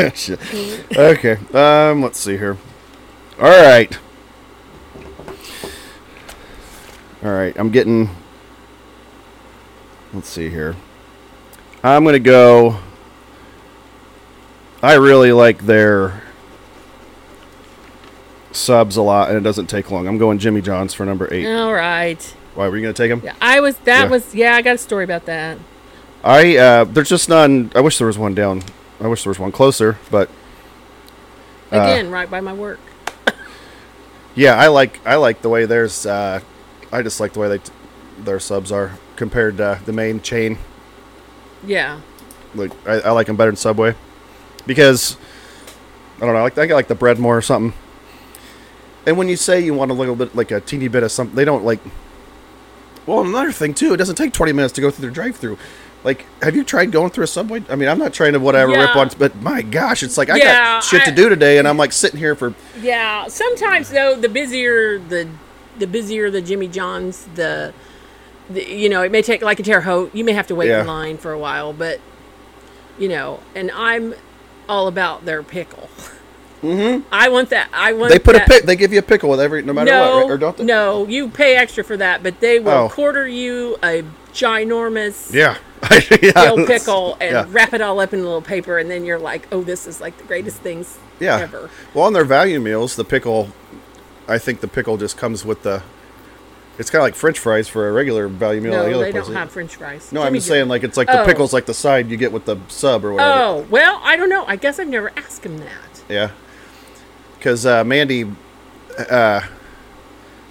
Speaker 1: Shit. okay. Um, let's see here. All right. All right. I'm getting. Let's see here. I'm gonna go. I really like their subs a lot, and it doesn't take long. I'm going Jimmy John's for number eight.
Speaker 2: All right.
Speaker 1: Why were you gonna take him?
Speaker 2: Yeah, I was. That
Speaker 1: Yeah.
Speaker 2: was. Yeah, I got a story about that.
Speaker 1: I uh, there's just none. I wish there was one down. I wish there was one closer, but Uh,
Speaker 2: Again, right by my work.
Speaker 1: yeah, I like I like the way theirs. Uh, I just like the way they t- their subs are compared to the main chain.
Speaker 2: Yeah.
Speaker 1: Like I, I like them better than Subway because I don't know. I like I like the bread more or something. And when you say you want a little bit, like a teeny bit of something, they don't like. Well, another thing too, it doesn't take twenty minutes to go through their drive-through. Like, have you tried going through a subway? I mean, I'm not trying to whatever rip
Speaker 2: Yeah.
Speaker 1: on, but my gosh, it's like I
Speaker 2: Yeah,
Speaker 1: got shit to
Speaker 2: I-
Speaker 1: do today, and I'm like sitting here for
Speaker 2: Yeah. Sometimes though, the busier the the busier the Jimmy John's, the, the you know, it may take like a Terre Haute. You may have to wait
Speaker 1: Yeah.
Speaker 2: in line for a while, but you know, and I'm all about their pickle. Mm-hmm. I want that. I want.
Speaker 1: they put a
Speaker 2: that-
Speaker 1: pick. They give you a pickle with every no matter
Speaker 2: No,
Speaker 1: what, right? or don't they?
Speaker 2: no, you pay extra for that, but they will
Speaker 1: Oh.
Speaker 2: quarter you a ginormous
Speaker 1: Yeah,
Speaker 2: dill pickle and
Speaker 1: yeah.
Speaker 2: wrap it all up in a little paper, and then you're like, oh, this is like the greatest things
Speaker 1: yeah.
Speaker 2: ever.
Speaker 1: Well, on their value meals, the pickle, I think the pickle just comes with the. It's kind of like French fries for a regular value meal. at
Speaker 2: No,
Speaker 1: the other
Speaker 2: they don't
Speaker 1: places.
Speaker 2: have French fries.
Speaker 1: No, I'm
Speaker 2: Jimmy
Speaker 1: just saying
Speaker 2: John's.
Speaker 1: like uh, it's like the
Speaker 2: Oh.
Speaker 1: pickles like the side you get with the sub or whatever.
Speaker 2: Oh well, I don't know. I guess I've never asked him that.
Speaker 1: Yeah. Because uh, Mandy, uh,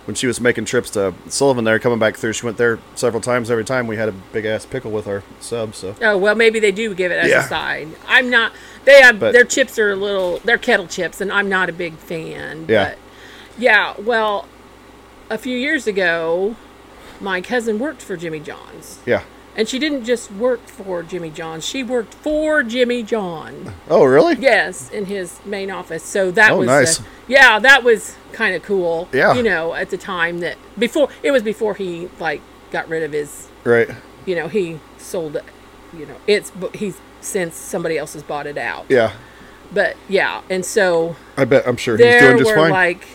Speaker 1: when she was making trips to Sullivan, there coming back through, she went there several times. Every time we had a big ass pickle with our sub. So
Speaker 2: Oh well, maybe they do give it as
Speaker 1: Yeah.
Speaker 2: a side. I'm not. They have
Speaker 1: But-
Speaker 2: their chips are a little. They're kettle chips, and I'm not a big fan.
Speaker 1: Yeah.
Speaker 2: But yeah. Well, a few years ago, my cousin worked for Jimmy John's,
Speaker 1: yeah.
Speaker 2: and she didn't just work for Jimmy John's. She worked for Jimmy John.
Speaker 1: Oh really?
Speaker 2: Yes, in his main office. So that
Speaker 1: Oh,
Speaker 2: was
Speaker 1: nice.
Speaker 2: uh, yeah, that was kind of cool.
Speaker 1: Yeah.
Speaker 2: You know, at the time that before it was before he like got rid of his
Speaker 1: Right.
Speaker 2: you know he sold you know it's but he's since somebody else has bought it out
Speaker 1: Yeah.
Speaker 2: but yeah and so
Speaker 1: I bet. I'm sure he's
Speaker 2: there
Speaker 1: doing just
Speaker 2: were
Speaker 1: fine.
Speaker 2: like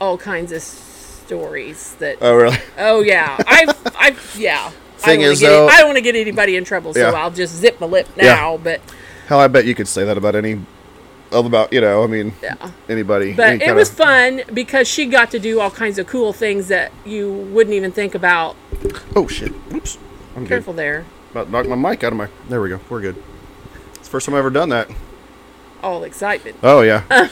Speaker 2: all kinds of stories that oh,
Speaker 1: oh really?
Speaker 2: yeah i've i've yeah
Speaker 1: Thing
Speaker 2: I don't
Speaker 1: is,
Speaker 2: wanna get
Speaker 1: though-
Speaker 2: I don't want to get anybody in trouble, so
Speaker 1: Yeah.
Speaker 2: I'll just zip my lip
Speaker 1: Yeah.
Speaker 2: now. But
Speaker 1: Hell, I bet you could say that about any, of about you know, I mean,
Speaker 2: Yeah.
Speaker 1: anybody.
Speaker 2: but
Speaker 1: any
Speaker 2: it
Speaker 1: kinda-
Speaker 2: was fun because she got to do all kinds of cool things that you wouldn't even think about.
Speaker 1: Oh shit! Oops, I'm good.
Speaker 2: Careful there,
Speaker 1: About to knock my mic out of my. There we go. We're good. It's the first time I've ever done that.
Speaker 2: all excitement.
Speaker 1: Oh yeah.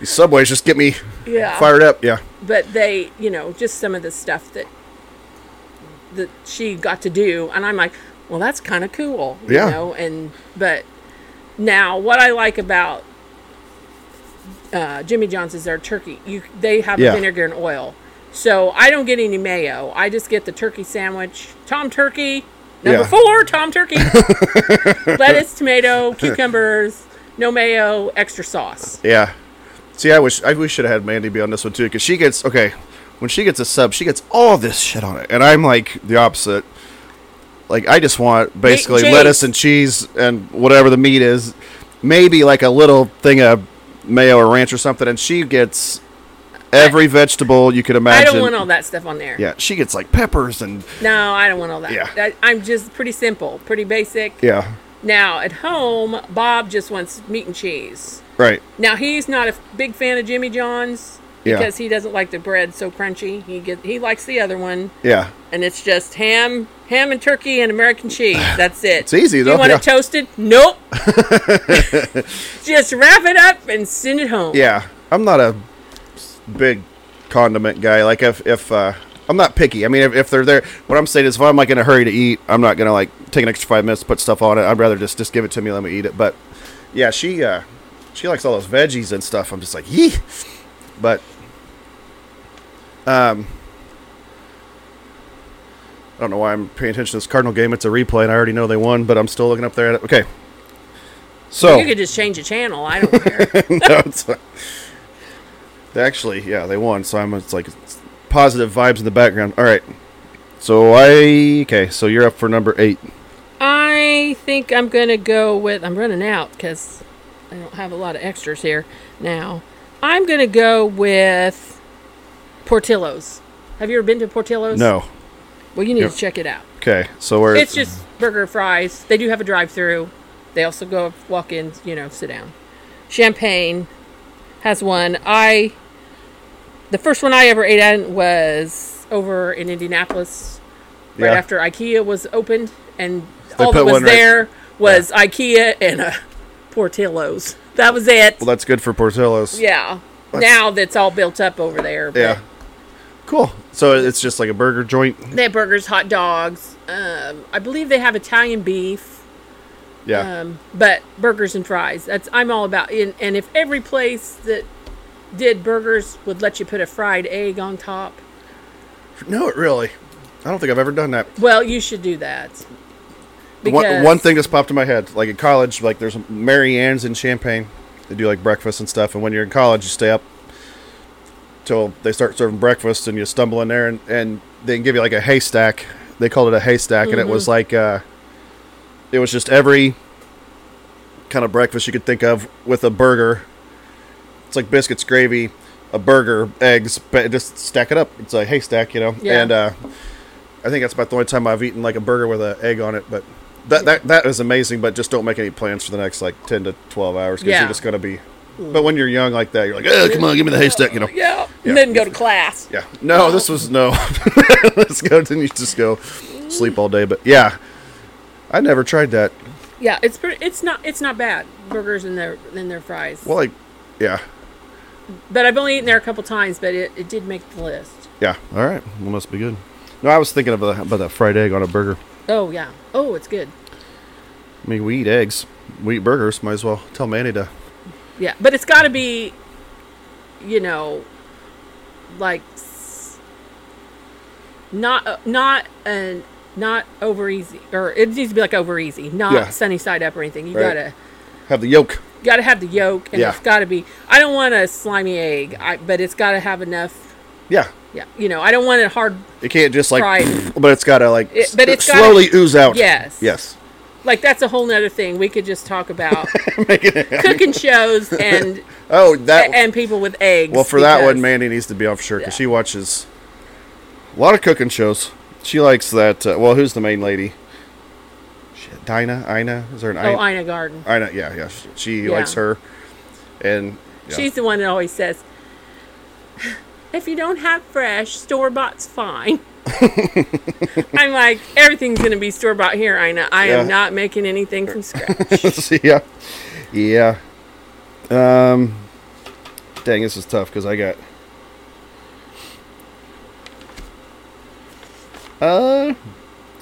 Speaker 1: These subways just get me
Speaker 2: Yeah.
Speaker 1: fired up. Yeah.
Speaker 2: but they you know just some of the stuff that that she got to do and i'm like well that's kind of cool you
Speaker 1: Yeah.
Speaker 2: know and but now what i like about uh, jimmy john's is their turkey you they have
Speaker 1: Yeah.
Speaker 2: a vinegar and oil so i don't get any mayo i just get the turkey sandwich tom turkey number
Speaker 1: Yeah.
Speaker 2: four tom turkey lettuce tomato cucumbers no mayo extra sauce
Speaker 1: Yeah. See, I wish I we should have had Mandy be on this one too, because she gets okay. When she gets a sub, she gets all this shit on it, and I'm like the opposite. Like I just want basically
Speaker 2: cheese.
Speaker 1: lettuce and cheese and whatever the meat is, maybe like a little thing of mayo or ranch or something, and she gets every vegetable you could
Speaker 2: i
Speaker 1: imagine.
Speaker 2: don't want all that stuff on there
Speaker 1: yeah, she gets like peppers and
Speaker 2: No, I don't want all that.
Speaker 1: Yeah.
Speaker 2: That- I'm just pretty simple, pretty basic.
Speaker 1: yeah,
Speaker 2: Now, at home, Bob just wants meat and cheese.
Speaker 1: right,
Speaker 2: Now, he's not a big fan of Jimmy John's
Speaker 1: Yeah.
Speaker 2: because he doesn't like the bread so crunchy. He get, he likes the other one,
Speaker 1: yeah,
Speaker 2: and it's just ham, ham and turkey and American cheese. That's it. It's
Speaker 1: easy, though,
Speaker 2: You want
Speaker 1: yeah.
Speaker 2: it toasted? Nope. just wrap it up and send it home.
Speaker 1: yeah. I'm not a s- big condiment guy. Like if if uh, I'm not picky. I mean, if, if they're there, what I'm saying is, if I'm like in a hurry to eat, I'm not gonna like take an extra five minutes to put stuff on it. I'd rather just just give it to me, let me eat it. But yeah, she uh, she likes all those veggies and stuff. I'm just like yee, but um, I don't know why I'm paying attention to this Cardinal game. It's a replay, and I already know they won, but I'm still looking up there at it. Okay. So
Speaker 2: You could just change the channel. I don't care.
Speaker 1: no, it's fine. They actually, yeah, they won. So I'm it's like it's positive vibes in the background. All right. So I okay. So you're up for number eight.
Speaker 2: I think I'm gonna go with. I'm running out because I don't have a lot of extras here now. I'm gonna go with Portillo's. Have you ever been to Portillo's?
Speaker 1: No.
Speaker 2: Well, you need
Speaker 1: Yep.
Speaker 2: to check it out.
Speaker 1: Okay. So we're
Speaker 2: It's just burger fries. They do have a drive-through. They also go walk in. You know, sit down. Champagne has one. I the first one I ever ate at was over in Indianapolis right
Speaker 1: Yeah.
Speaker 2: after IKEA was opened, and
Speaker 1: They
Speaker 2: all that
Speaker 1: put
Speaker 2: was
Speaker 1: one right-
Speaker 2: there was IKEA and a Portillo's. That was it.
Speaker 1: well. That's good for Portillo's.
Speaker 2: yeah. Now that's all built up over there. but
Speaker 1: Yeah. Cool. So it's just like a burger joint.
Speaker 2: They have burgers, hot dogs. Um, I believe they have Italian beef,
Speaker 1: Yeah.
Speaker 2: um, but burgers and fries. That's I'm all about. And, and if every place that did burgers would let you put a fried egg on top,
Speaker 1: no, it really. I don't think I've ever done that.
Speaker 2: well, you should do that.
Speaker 1: One, one thing just popped in my head. Like in college, like there's Mary Ann's in Champagne. They do like breakfast and stuff. And when you're in college, you stay up till they start serving breakfast, and you stumble in there, and, and they can give you like a haystack. They called it a haystack, and it was like uh, it was just every kind of breakfast you could think of with a burger. It's like biscuits, gravy, a burger, eggs, but just stack it up. It's a haystack, you know.
Speaker 2: Yeah.
Speaker 1: And uh, I think that's about the only time I've eaten like a burger with an egg on it, but. That, that, that is amazing, but just don't make any plans for the next like ten to twelve hours because
Speaker 2: Yeah.
Speaker 1: you're just gonna be. But when you're young like that, you're like, "Ugh, come on, give me the haystack, you know.
Speaker 2: Yeah.
Speaker 1: Yeah.
Speaker 2: And then go to class.
Speaker 1: Yeah. No, this was no. Let's go. Then you just go sleep all day. But yeah, I never tried that.
Speaker 2: Yeah, it's pretty, it's not it's not bad burgers and their and their fries.
Speaker 1: Well, like, yeah,
Speaker 2: but I've only eaten there a couple times, but it, it did make the list.
Speaker 1: yeah. All right, well, must be good. No, I was thinking of the, about that fried egg on a burger.
Speaker 2: Oh yeah. Oh, it's good.
Speaker 1: I mean, we eat eggs, we eat burgers. Might as well tell Manny to.
Speaker 2: Yeah, but it's got to be, you know, like s- not uh, not an not over easy or it needs to be like over easy, not
Speaker 1: Yeah.
Speaker 2: sunny side up or anything. You
Speaker 1: Right.
Speaker 2: gotta
Speaker 1: Have the yolk.
Speaker 2: gotta have the yolk, and
Speaker 1: Yeah.
Speaker 2: it's gotta be. I don't want a slimy egg, I, but it's gotta have enough.
Speaker 1: Yeah,
Speaker 2: Yeah, you know, I don't want it hard
Speaker 1: it can't just like.
Speaker 2: Fried.
Speaker 1: But it's gotta like.
Speaker 2: It- but
Speaker 1: s-
Speaker 2: it's gotta-
Speaker 1: slowly ooze out.
Speaker 2: Yes.
Speaker 1: Yes.
Speaker 2: like that's a whole nother thing we could just talk about cooking shows and
Speaker 1: Oh, that.
Speaker 2: and people with eggs
Speaker 1: Well, for that one,
Speaker 2: because-
Speaker 1: Mandy needs to be off sure because
Speaker 2: Yeah.
Speaker 1: she watches a lot of cooking shows. She likes that. Uh, well, who's the main lady? Shit, Dinah, Ina. Is there an
Speaker 2: oh
Speaker 1: Ina?
Speaker 2: ina garden
Speaker 1: Ina, yeah, yeah. She, she
Speaker 2: Yeah.
Speaker 1: likes her, and yeah.
Speaker 2: she's the one that always says if you don't have fresh store bought's fine i'm like everything's gonna be store bought here ina i
Speaker 1: Yeah.
Speaker 2: am not making anything from scratch
Speaker 1: See, yeah, yeah. Um, dang, this is tough because I got. Uh,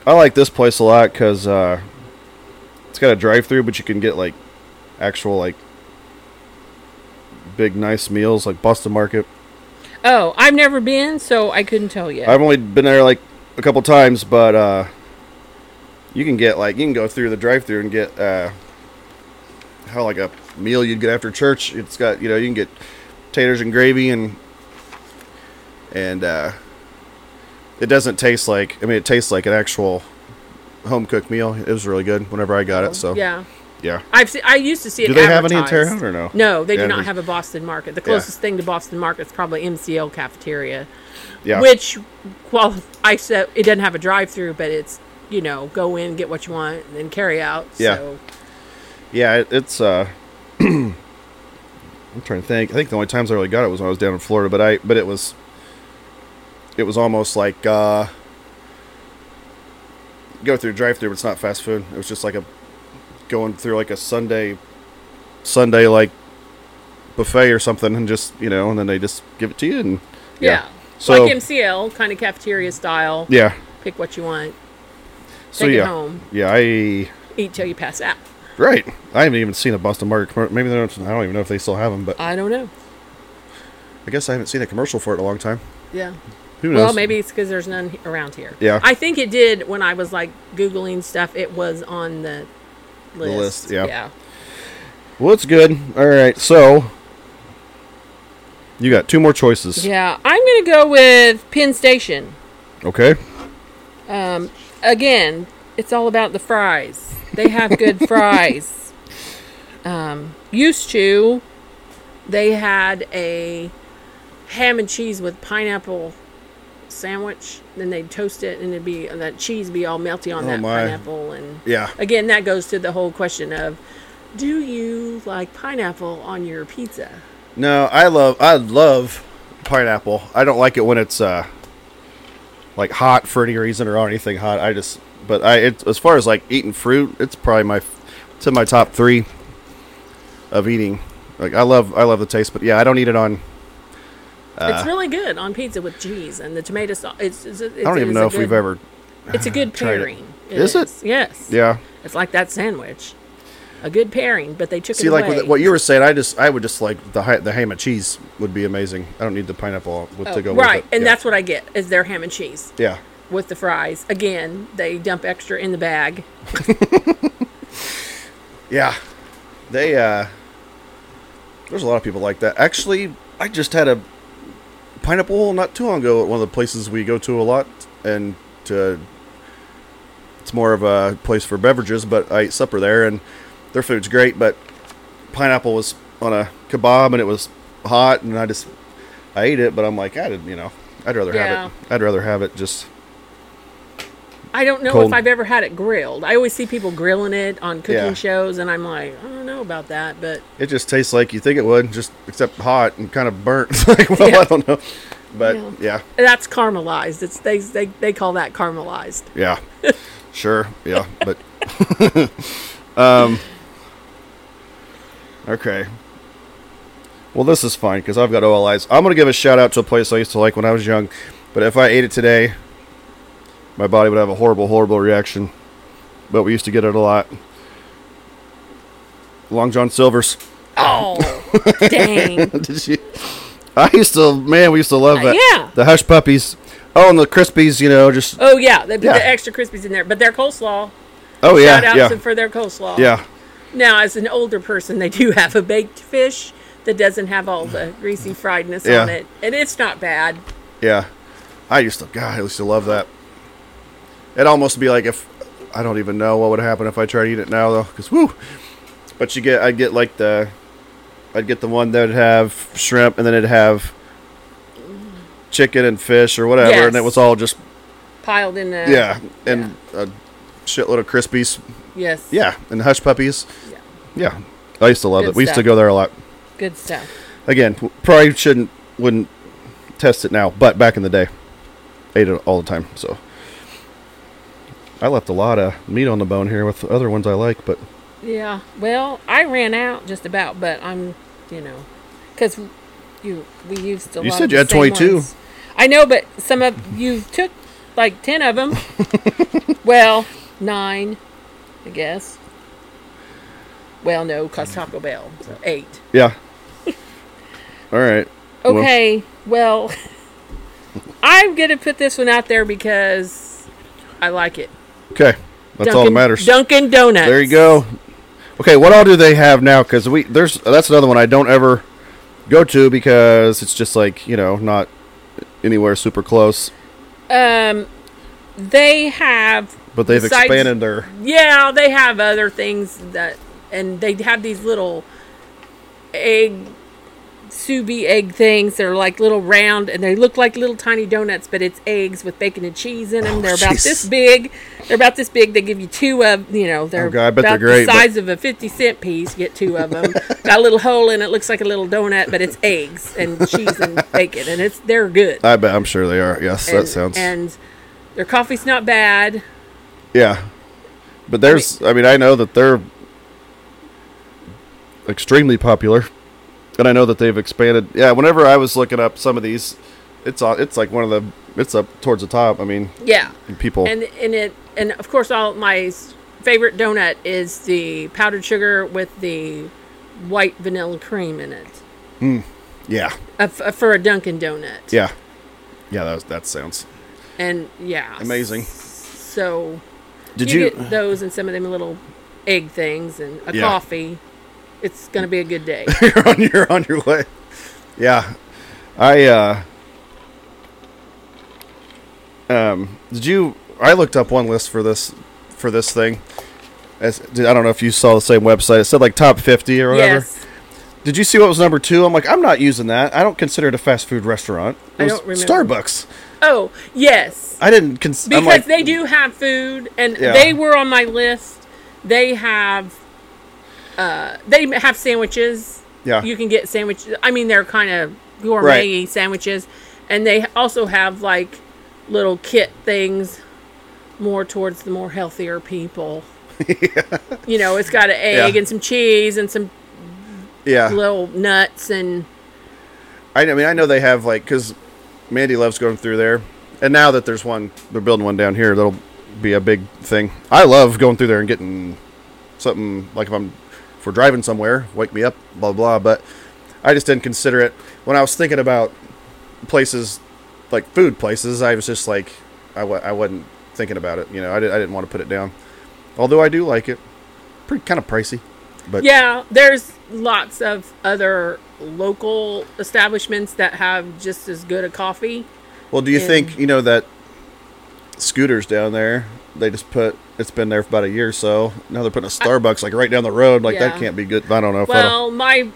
Speaker 1: I like this place a lot because uh, it's got a drive-through, but you can get like actual like big nice meals like Boston Market.
Speaker 2: oh i've never been so i couldn't tell you
Speaker 1: I've only been there like a couple times, but uh, you can get like you can go through the drive-through and get uh, how like a meal you'd get after church. It's got you know you can get taters and gravy and and uh, it doesn't taste like I mean it tastes like an actual home cooked meal. It was really good whenever I got it. So
Speaker 2: yeah
Speaker 1: yeah.
Speaker 2: I've se- I used to see it.
Speaker 1: Do they have any in
Speaker 2: advertised.
Speaker 1: Terre Haute or no?
Speaker 2: No, they
Speaker 1: Yeah,
Speaker 2: do not
Speaker 1: there's-
Speaker 2: have a Boston Market. The closest thing to Boston Market is probably MCL Cafeteria,
Speaker 1: yeah.
Speaker 2: which qual I said it doesn't have a drive-through, but it's you know go in get what you want and then carry out.
Speaker 1: Yeah.
Speaker 2: So
Speaker 1: Yeah, it, it's. uh I'm trying to think. I think the only times I really got it was when I was down in Florida, but I but it was. It was almost like uh, go through drive through, but it's not fast food. It was just like a going through like a Sunday, Sunday like buffet or something, and just you know, and then they just give it to you, and
Speaker 2: yeah,
Speaker 1: So-
Speaker 2: like MCL kind of cafeteria style.
Speaker 1: yeah.
Speaker 2: Pick what you want,
Speaker 1: So
Speaker 2: Take it
Speaker 1: yeah,
Speaker 2: home.
Speaker 1: yeah. I
Speaker 2: eat till you pass out.
Speaker 1: right. I haven't even seen a Boston Market. commer- Maybe they don't. I don't even know if they still have them, but
Speaker 2: I don't know.
Speaker 1: I guess I haven't seen a commercial for it in a long time.
Speaker 2: Yeah.
Speaker 1: Who knows?
Speaker 2: Well, maybe it's because there's none around here.
Speaker 1: Yeah.
Speaker 2: I think it did when I was like Googling stuff, it was on the list.
Speaker 1: list, yeah. Well, it's good. All right, so you got two more choices.
Speaker 2: Yeah. I'm going to go with Penn Station.
Speaker 1: Okay.
Speaker 2: Um, again, it's all about the fries. They have good fries. Um, used to, they had a ham and cheese with pineapple sandwich. Then they'd toast it, and it'd be and that cheese be all melty on
Speaker 1: Oh,
Speaker 2: that
Speaker 1: my.
Speaker 2: pineapple. And
Speaker 1: Yeah.
Speaker 2: again, that goes to the whole question of, do you like pineapple on your pizza?
Speaker 1: No, I love I love pineapple. I don't like it when it's uh like hot for any reason or on anything hot. I just but I it's as far as like eating fruit, it's probably my it's in my top 3 of eating. Like I love I love the taste, but yeah, I don't eat it on
Speaker 2: it's really good on pizza with cheese and the tomato sauce. It's, it's, it's,
Speaker 1: Uh, I don't even know if we've ever
Speaker 2: It's a good
Speaker 1: tried it.
Speaker 2: pairing.
Speaker 1: Is it?
Speaker 2: Yes.
Speaker 1: Yeah.
Speaker 2: It's like that sandwich. A good pairing, but they took
Speaker 1: See
Speaker 2: it
Speaker 1: like
Speaker 2: away.
Speaker 1: with what you were saying, I just I would just like the hi- the ham and cheese would be amazing. I don't need the pineapple with,
Speaker 2: Oh,
Speaker 1: to go
Speaker 2: right,
Speaker 1: with it.
Speaker 2: and
Speaker 1: yeah.
Speaker 2: that's what I get is their ham and cheese
Speaker 1: Yeah.
Speaker 2: with the fries. Again, they dump extra in the bag.
Speaker 1: Yeah. They uh there's a lot of people like that. Actually, I just had a pineapple not too long ago at one of the places we go to a lot and to it's more of a place for beverages, but I ate supper there and their food's great, but pineapple was on a kebab and it was hot and I just I ate it, but I'm like, I did you know, I'd rather
Speaker 2: Yeah.
Speaker 1: have it. I'd rather have it just
Speaker 2: I don't know
Speaker 1: Cold.
Speaker 2: if I've ever had it grilled. I always see people grilling it on cooking
Speaker 1: Yeah.
Speaker 2: shows, and I'm like, I don't know about that, but
Speaker 1: It just tastes like you think it would, just except hot and kind of burnt. It's like, well,
Speaker 2: Yeah.
Speaker 1: I don't know, but
Speaker 2: Yeah.
Speaker 1: yeah,
Speaker 2: that's caramelized. It's they they, they call that caramelized.
Speaker 1: yeah, sure, yeah, but um, okay. Well, this is fine because I've got OLIs. I'm gonna give a shout out to a place I used to like when I was young, but if I ate it today, my body would have a horrible, horrible reaction. But we used to get it a lot. Long John Silver's.
Speaker 2: Oh, dang!
Speaker 1: Did you? I used to, man, we used to love
Speaker 2: Uh,
Speaker 1: that.
Speaker 2: yeah.
Speaker 1: The hush puppies. Oh, and the crispies, you know, just oh,
Speaker 2: Oh yeah, they put
Speaker 1: Yeah.
Speaker 2: the extra crispies in there, but their coleslaw.
Speaker 1: yeah,
Speaker 2: Shout out
Speaker 1: oh, yeah,
Speaker 2: to- for their coleslaw.
Speaker 1: yeah,
Speaker 2: Now, as an older person, they do have a baked fish that doesn't have all the greasy friedness
Speaker 1: Yeah.
Speaker 2: on it, and it's not bad.
Speaker 1: yeah. I used to, God, I used to love that. It'd almost be like if I don't even know what would happen if I tried to eat it now, though, because woo. But you get, I'd get like the, I'd get the one that'd have shrimp, and then it'd have chicken and fish or whatever, and it
Speaker 2: Yes.
Speaker 1: was all just
Speaker 2: Piled in a
Speaker 1: yeah, and a shitload of crispies,
Speaker 2: yes
Speaker 1: yeah, and hush puppies.
Speaker 2: Yeah.
Speaker 1: Yeah, I used to love
Speaker 2: Good
Speaker 1: it. We used to
Speaker 2: stuff.
Speaker 1: go there a lot.
Speaker 2: good stuff.
Speaker 1: Again, w- probably shouldn't wouldn't test it now, but back in the day, ate it all the time. So I left a lot of meat on the bone here with the other ones I like, but
Speaker 2: Yeah, well, I ran out just about, but I'm you know because you we used a
Speaker 1: You
Speaker 2: lot
Speaker 1: said
Speaker 2: of
Speaker 1: you
Speaker 2: the
Speaker 1: had
Speaker 2: same
Speaker 1: 22.
Speaker 2: ones. I know, but some of you took like ten of them. well, nine, I guess. Well, no, cause Taco Bell, so eight.
Speaker 1: yeah. all right. Well,
Speaker 2: Okay, well, I'm gonna put this one out there because I like it.
Speaker 1: okay. That's all that
Speaker 2: Dunkin'-
Speaker 1: matters.
Speaker 2: Dunkin' Donuts.
Speaker 1: There you go. Okay, what all do they have now? Because we there's that's another one I don't ever go to because it's just like you know not anywhere super close.
Speaker 2: Um, they have.
Speaker 1: But they've
Speaker 2: besides-
Speaker 1: expanded their
Speaker 2: Yeah, they have other things that, and they have these little egg sous vide egg things. They're like little round, and they look like little tiny donuts, but it's eggs with bacon and cheese in them.
Speaker 1: Oh,
Speaker 2: they're about
Speaker 1: jeez.
Speaker 2: this big. They're about this big. They give you two of you know. They're
Speaker 1: Okay, I bet they're
Speaker 2: about
Speaker 1: great,
Speaker 2: the
Speaker 1: but-
Speaker 2: size of a fifty cent piece. Get two of them. Got a little hole in it. Looks like a little donut, but it's eggs and cheese and bacon, and it's they're good.
Speaker 1: I bet I'm sure they are. Yes,
Speaker 2: and,
Speaker 1: that sounds.
Speaker 2: And their coffee's not bad.
Speaker 1: yeah, but there's. I mean, I know that they're extremely popular, and I know that they've expanded. Yeah, whenever I was looking up some of these, it's on. It's like one of the. It's up towards the top. I mean,
Speaker 2: Yeah.
Speaker 1: people.
Speaker 2: And and it and of course all my s- favorite donut is the powdered sugar with the white vanilla cream in it. Uh,
Speaker 1: yeah,
Speaker 2: A f- a- for a Dunkin' Donut.
Speaker 1: yeah, yeah, that was, that sounds
Speaker 2: and yeah,
Speaker 1: amazing.
Speaker 2: So
Speaker 3: Did
Speaker 2: you,
Speaker 3: you?
Speaker 2: get those and some of them little egg things and a
Speaker 1: Yeah.
Speaker 2: coffee. It's gonna be a good day.
Speaker 1: you're on you're on your way. Yeah. I uh um did you I looked up one list for this for this thing. As, did- I don't know if you saw the same website. It said like top 50 or whatever.
Speaker 2: yes,
Speaker 1: Did you see what was number 2? I'm like I'm not using that. I don't consider it a fast food restaurant. It
Speaker 2: I
Speaker 1: was
Speaker 2: don't remember.
Speaker 1: Starbucks.
Speaker 2: Oh, yes.
Speaker 1: I didn't cons-
Speaker 2: Because
Speaker 1: I'm like,
Speaker 2: they do have food, and
Speaker 1: Yeah.
Speaker 2: they were on my list. They have, uh, they have sandwiches.
Speaker 1: Yeah.
Speaker 2: You can get sandwiches. I mean, they're kind of gourmet sandwiches, and they also have like little kit things, more towards the more healthier people. You know, it's got an egg
Speaker 1: Yeah.
Speaker 2: and some cheese and some
Speaker 1: yeah.
Speaker 2: little nuts and
Speaker 1: I I mean, I know they have like because Mandy loves going through there, and now that there's one, they're building one down here. That'll be a big thing. I love going through there and getting something like if I'm if we're driving somewhere, wake me up, blah blah. But I just didn't consider it when I was thinking about places like food places. I was just like, I w- I wasn't thinking about it. You know, I, did, I didn't want to put it down. Although I do like it, pretty kind of pricey. But
Speaker 2: Yeah, there's lots of other local establishments that have just as good a coffee.
Speaker 1: Well, do you
Speaker 2: And-
Speaker 1: think you know that scooters down there? They just put it's been there for about a year or so. Now they're putting a Starbucks like right down the road. Like that
Speaker 2: Yeah.
Speaker 1: can't be good. I don't know. If that'll-
Speaker 2: Well, my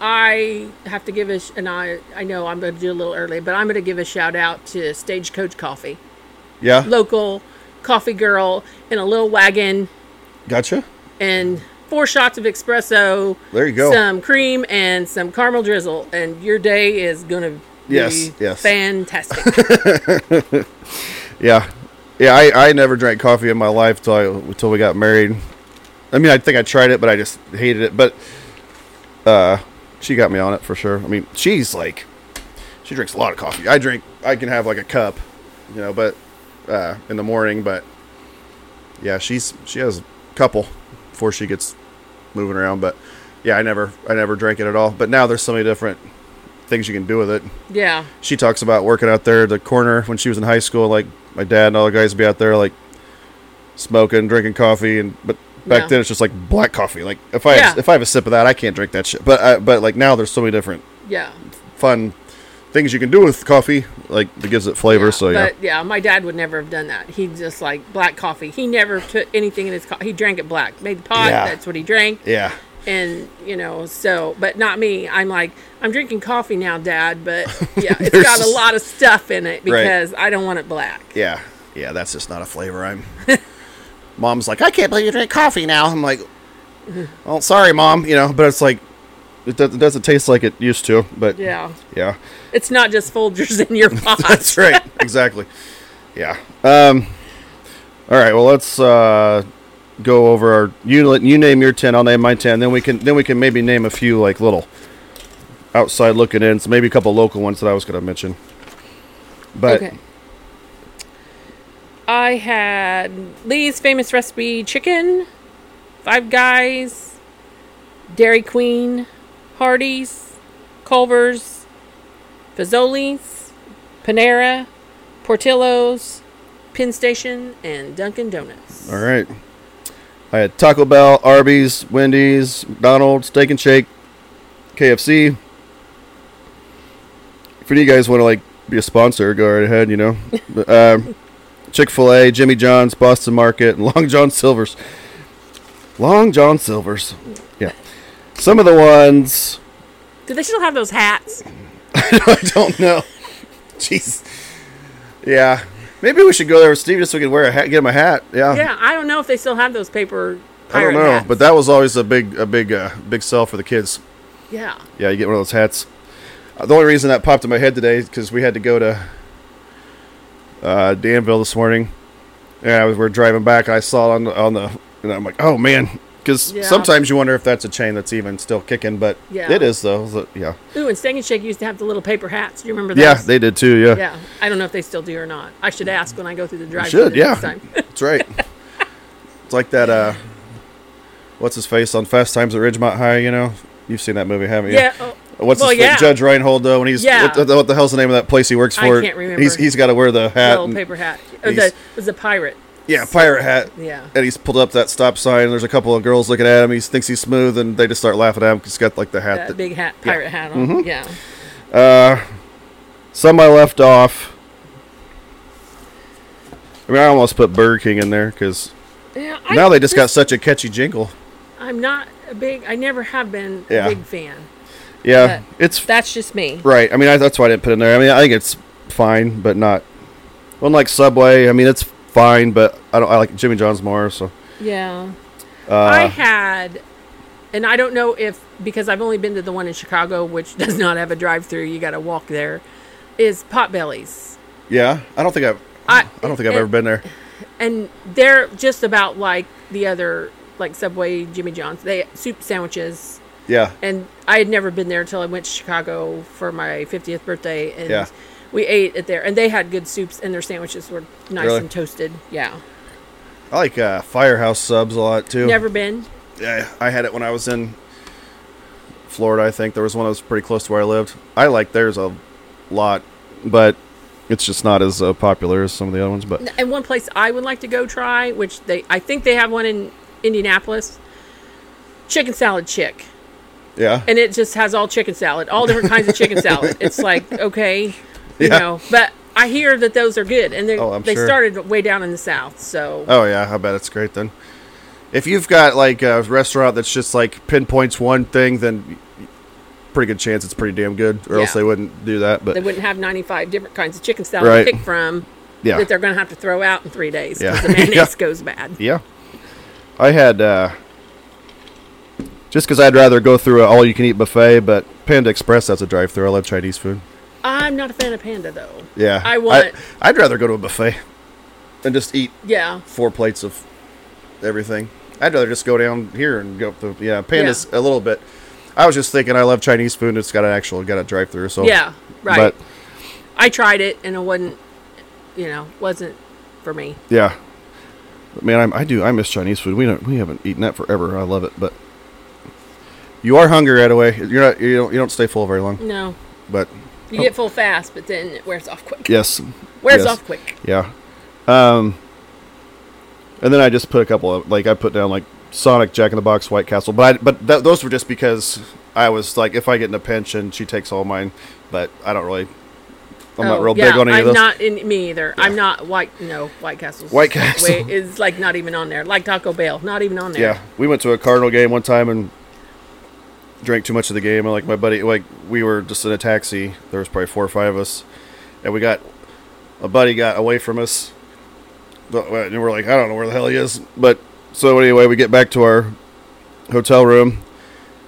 Speaker 2: I have to give a sh- and I I know I'm going to do a little early, but I'm going to give a shout out to Stagecoach Coffee,
Speaker 1: yeah,
Speaker 2: local coffee girl in a little wagon
Speaker 1: gotcha.
Speaker 2: and four shots of espresso.
Speaker 1: There you go.
Speaker 2: Some cream and some caramel drizzle, and your day is going to be
Speaker 1: Yes, yes.
Speaker 2: fantastic.
Speaker 1: Yeah, yeah. I, I never drank coffee in my life till I till we got married. I mean, I think I tried it, but I just hated it. But uh, she got me on it for sure. I mean, she's like, she drinks a lot of coffee. I drink, I can have like a cup, you know, but uh, in the morning. But yeah, she's she has a couple before she gets moving around. But yeah, I never I never drank it at all. But now there's so many different things you can do with it
Speaker 2: yeah,
Speaker 1: she talks about working out there at the corner when she was in high school. Like my dad and all the guys would be out there like smoking, drinking coffee, and but back
Speaker 2: Yeah.
Speaker 1: then it's just like black coffee. Like if I
Speaker 2: Yeah.
Speaker 1: if I have a sip of that, I can't drink that shit. But I, but like now there's so many different
Speaker 2: yeah.
Speaker 1: fun things you can do with coffee, like that gives it flavor.
Speaker 2: Yeah,
Speaker 1: so yeah,
Speaker 2: But yeah, my dad would never have done that. He just like black coffee. He never took anything in his coffee. He drank it black. Made the pot.
Speaker 1: Yeah.
Speaker 2: That's what he drank.
Speaker 1: yeah,
Speaker 2: And you know, so but not me. I'm like I'm drinking coffee now, Dad. But yeah, it's
Speaker 1: There's
Speaker 2: got a
Speaker 1: just-
Speaker 2: lot of stuff in it because I don't want it black.
Speaker 1: yeah, yeah. That's just not a flavor. I'm. Mom's like, I can't believe you drink coffee now. I'm like, well, sorry, mom. You know, but it's like, it, do- it doesn't taste like it used to. But
Speaker 2: Yeah,
Speaker 1: yeah.
Speaker 2: it's not just Folgers in your pot.
Speaker 1: That's right. Exactly. Yeah. Um, all right. Well, let's uh, go over our. You let- you name your ten. I'll name my ten. Then we can then we can maybe name a few like little outside looking in. So maybe a couple local ones that I was going to mention. But
Speaker 2: Okay. I had Lee's Famous Recipe Chicken, Five Guys, Dairy Queen, Hardee's, Culver's, Fazoli's, Panera, Portillo's, Penn Station, and Dunkin' Donuts.
Speaker 1: all right. I had Taco Bell, Arby's, Wendy's, McDonald's, Steak and Shake, KFC. If any of you guys want to like be a sponsor, go right ahead. You know, But, um, Chick Fil A, Jimmy John's, Boston Market, and Long John Silver's. Long John Silver's. Yeah, some of the ones
Speaker 2: Do they still have those hats?
Speaker 1: I don't know. Jeez. Yeah, maybe we should go there with Steve just so we can wear a hat, get him a hat. Yeah.
Speaker 2: Yeah, I don't know if they still have those paper
Speaker 1: I
Speaker 2: pirate
Speaker 1: don't know,
Speaker 2: hats.
Speaker 1: but that was always a big, a big, uh, big sell for the kids.
Speaker 2: yeah.
Speaker 1: Yeah, you get one of those hats. Uh, the only reason that popped in my head today is because we had to go to uh, Danville this morning, and I was, we're driving back, and I saw it on the, on the, and I'm like, oh man, because
Speaker 2: Yeah.
Speaker 1: sometimes you wonder if that's a chain that's even still kicking, but
Speaker 2: Yeah.
Speaker 1: it is though. So, yeah,
Speaker 2: Ooh, and Steak and Shake used to have the little paper hats. Do you remember those?
Speaker 1: yeah, they did too. Yeah,
Speaker 2: Yeah, I don't know if they still do or not. I should ask when I go through the drive.
Speaker 1: should, yeah.
Speaker 2: Next time.
Speaker 1: that's right. it's like that. uh What's his face on Fast Times at Ridgemont High? You know, you've seen that movie, haven't you?
Speaker 2: yeah. Oh,
Speaker 1: Uh, What's
Speaker 2: Well,
Speaker 1: his name?
Speaker 2: yeah.
Speaker 1: Judge Reinhold though? When he's
Speaker 2: Yeah.
Speaker 1: what, the, what the hell's the name of that place he works
Speaker 2: I
Speaker 1: for?
Speaker 2: can't remember.
Speaker 1: He's he's got to wear the hat.
Speaker 2: little
Speaker 1: and-
Speaker 2: paper hat. Or the,
Speaker 1: he's-
Speaker 2: it was a pirate.
Speaker 1: yeah, pirate hat.
Speaker 2: Yeah.
Speaker 1: And he's pulled up that stop sign. There's a couple of girls looking at him. He thinks he's smooth, and they just start laughing at him. 'cause He's got like the Mm-hmm. hat.
Speaker 2: That
Speaker 1: that- Uh,
Speaker 2: big hat, pirate hat on. Yeah.
Speaker 1: Some I left off. I mean, I almost put Burger King in there because
Speaker 2: Yeah. I,
Speaker 1: now they just got such a catchy jingle.
Speaker 2: I'm not a big. I never have been
Speaker 1: Yeah.
Speaker 2: a big fan.
Speaker 1: Yeah,
Speaker 2: But
Speaker 1: it's
Speaker 2: That's just me.
Speaker 1: Right. I mean, I, that's why I didn't put it in there. I mean, I think it's fine, but not. One like Subway. I mean, it's fine, but I don't. I like Jimmy John's more. So
Speaker 2: Yeah.
Speaker 1: Uh,
Speaker 2: I had, and I don't know if because I've only been to the one in Chicago, which does not have a drive-through. You got to walk there. Is Potbelly's,
Speaker 1: yeah, I don't think I've. Hmm, I,
Speaker 2: I-
Speaker 1: don't think I've ever been there.
Speaker 2: and they're just about like the other like Subway, Jimmy John's. They soup sandwiches,
Speaker 1: Yeah.
Speaker 2: and I had never been there until I went to Chicago for my 50th birthday, and
Speaker 1: Yeah.
Speaker 2: we ate at there, and they had good soups, and their sandwiches were nice
Speaker 1: Really?
Speaker 2: and toasted. Yeah,
Speaker 1: I like uh, Firehouse subs a lot too.
Speaker 2: never been.
Speaker 1: Yeah, I had it when I was in Florida. I think there was one that was pretty close to where I lived. I like theirs a lot, but it's just not as uh, popular as some of the other ones. But
Speaker 2: And one place I would like to go try, which they I think they have one in Indianapolis, chicken salad chick.
Speaker 1: yeah,
Speaker 2: And it just has all chicken salad, all different kinds of chicken salad. It's like, okay, you
Speaker 1: Yeah.
Speaker 2: know, but I hear that those are good and they
Speaker 1: Oh, I'm
Speaker 2: they
Speaker 1: sure.
Speaker 2: started way down in the south, so
Speaker 1: Oh yeah, I bet it's great then. If you've got like a restaurant that's just like pinpoints one thing, then pretty good chance it's pretty damn good, or else
Speaker 2: Yeah.
Speaker 1: they wouldn't do that.
Speaker 2: they
Speaker 1: But
Speaker 2: wouldn't have 95 different kinds of chicken salad
Speaker 1: Right.
Speaker 2: to pick from
Speaker 1: yeah,
Speaker 2: that they're going to have to throw out in 3 days
Speaker 1: Yeah.
Speaker 2: cuz the mayonnaise
Speaker 1: Yeah.
Speaker 2: goes bad.
Speaker 1: yeah. I had uh, just because I'd rather go through an all-you-can-eat buffet, but Panda Express that's a drive-through. I love Chinese food.
Speaker 2: I'm not a fan of Panda though.
Speaker 1: Yeah,
Speaker 2: I want
Speaker 1: I, would rather go to a buffet and just eat
Speaker 2: yeah.
Speaker 1: four plates of everything. I'd rather just go down here and go up the yeah pandas a little bit. I was just thinking I love Chinese food. and It's got an actual got a drive through. So
Speaker 2: Yeah, right.
Speaker 1: Oh. But
Speaker 2: I tried it and it wasn't, you know, wasn't for me.
Speaker 1: yeah, But, man, I, I do I miss Chinese food. We don't we haven't eaten that forever. I love it, but you are hungry right away. You're not you don't you don't stay full very long.
Speaker 2: No,
Speaker 1: But
Speaker 2: you get full fast, but then it wears off quick.
Speaker 1: Oh. yes,
Speaker 2: Wears
Speaker 1: yes.
Speaker 2: off quick.
Speaker 1: Yeah. Um, and then I just put a couple of like I put down like Sonic, Jack in the Box, White Castle, but I, but th- those were just because I was like, if I get in a pinch and she takes all mine, but I don't really, I'm not
Speaker 2: Oh,
Speaker 1: real
Speaker 2: yeah,
Speaker 1: big on any
Speaker 2: I'm
Speaker 1: of those.
Speaker 2: not in me either. I'm not white. No, White Castle's
Speaker 1: White Castle.
Speaker 2: way- is like not even on there. Like Taco Bell, not even on there.
Speaker 1: yeah, we went to a Cardinal game one time and drank too much of the game, and like my buddy, like we were just in a taxi. There was probably four or five of us, and we got a buddy got away from us, But- and we're like, I don't know where the hell he is, but so anyway, we get back to our hotel room.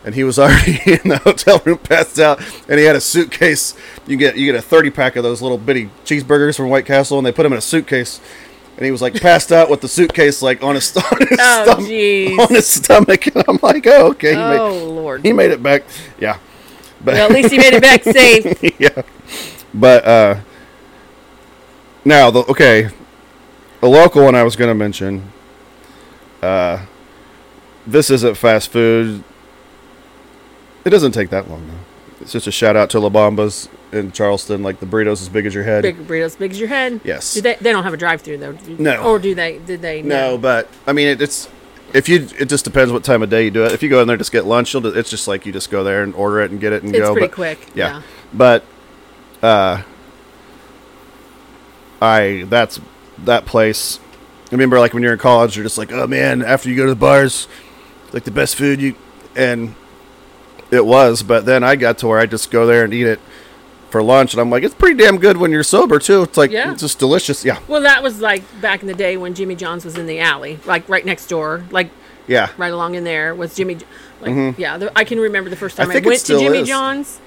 Speaker 1: and he was already in the hotel room, passed out, and he had a suitcase. You get you get a thirty pack of those little bitty cheeseburgers from White Castle, and they put him in a suitcase, and he was like passed out with the suitcase like on his, on his,
Speaker 2: Oh,
Speaker 1: stom-
Speaker 2: jeez.
Speaker 1: on his stomach, and I'm like, oh okay, he,
Speaker 2: Oh
Speaker 1: made,
Speaker 2: Lord.
Speaker 1: he made it back, yeah, but
Speaker 2: well, at least he made it back safe.
Speaker 1: yeah, but uh, now the okay, the local one I was gonna mention. Uh, this isn't fast food. It doesn't take that long though. It's just a shout out to La Bombas in Charleston, like the burritos as big as your head.
Speaker 2: Big burritos, big as your head.
Speaker 1: Yes.
Speaker 2: Do they? They don't have a drive-through though. do-
Speaker 1: No.
Speaker 2: Or do they? Did they?
Speaker 1: No, but I mean it, it's if you it just depends what time of day you do it. If you go in there just get lunch, you'll, do- it's just like you just go there and order it and get it and
Speaker 2: It's
Speaker 1: go.
Speaker 2: pretty
Speaker 1: but-
Speaker 2: quick.
Speaker 1: Yeah.
Speaker 2: yeah.
Speaker 1: But uh I that's that place. I remember like when you're in college you're just like, "Oh man, after you go to the bars, like the best food you and it was, but then I got to where I just go there and eat it for lunch and I'm like, "It's pretty damn good when you're sober too." It's like
Speaker 2: Yeah.
Speaker 1: it's just delicious. Yeah.
Speaker 2: Well, that was like back in the day when Jimmy John's was in the alley, like right next door, like
Speaker 1: Yeah.
Speaker 2: right along in there was Jimmy. Jo- Like, yeah, the, I can remember the first
Speaker 1: Mm-hmm. I
Speaker 2: time I,
Speaker 1: think it
Speaker 2: went to
Speaker 1: still
Speaker 2: Jimmy
Speaker 1: is.
Speaker 2: John's,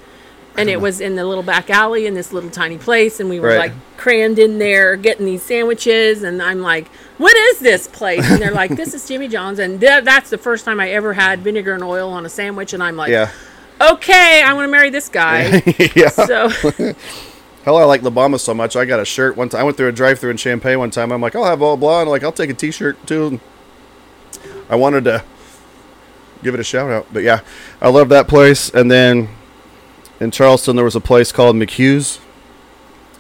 Speaker 2: and it was in the little back alley in this little tiny place, and we were
Speaker 1: Right.
Speaker 2: like crammed in there getting these sandwiches, and I'm like, "What is this place?" And they're like, "This is Jimmy John's," and tha- that's the first time I ever had vinegar and oil on a sandwich, and I'm like,
Speaker 1: Yeah.
Speaker 2: "Okay, I want to marry this guy."
Speaker 1: yeah.
Speaker 2: so
Speaker 1: Hell, I like La Bamba so much. I got a shirt one time. I went through a drive-through in Champagne one time. I'm like, I'll have all blonde. Like, I'll take a T-shirt too. I wanted to give it a shout out, but yeah, I love that place. And then In Charleston, there was a place called McHugh's.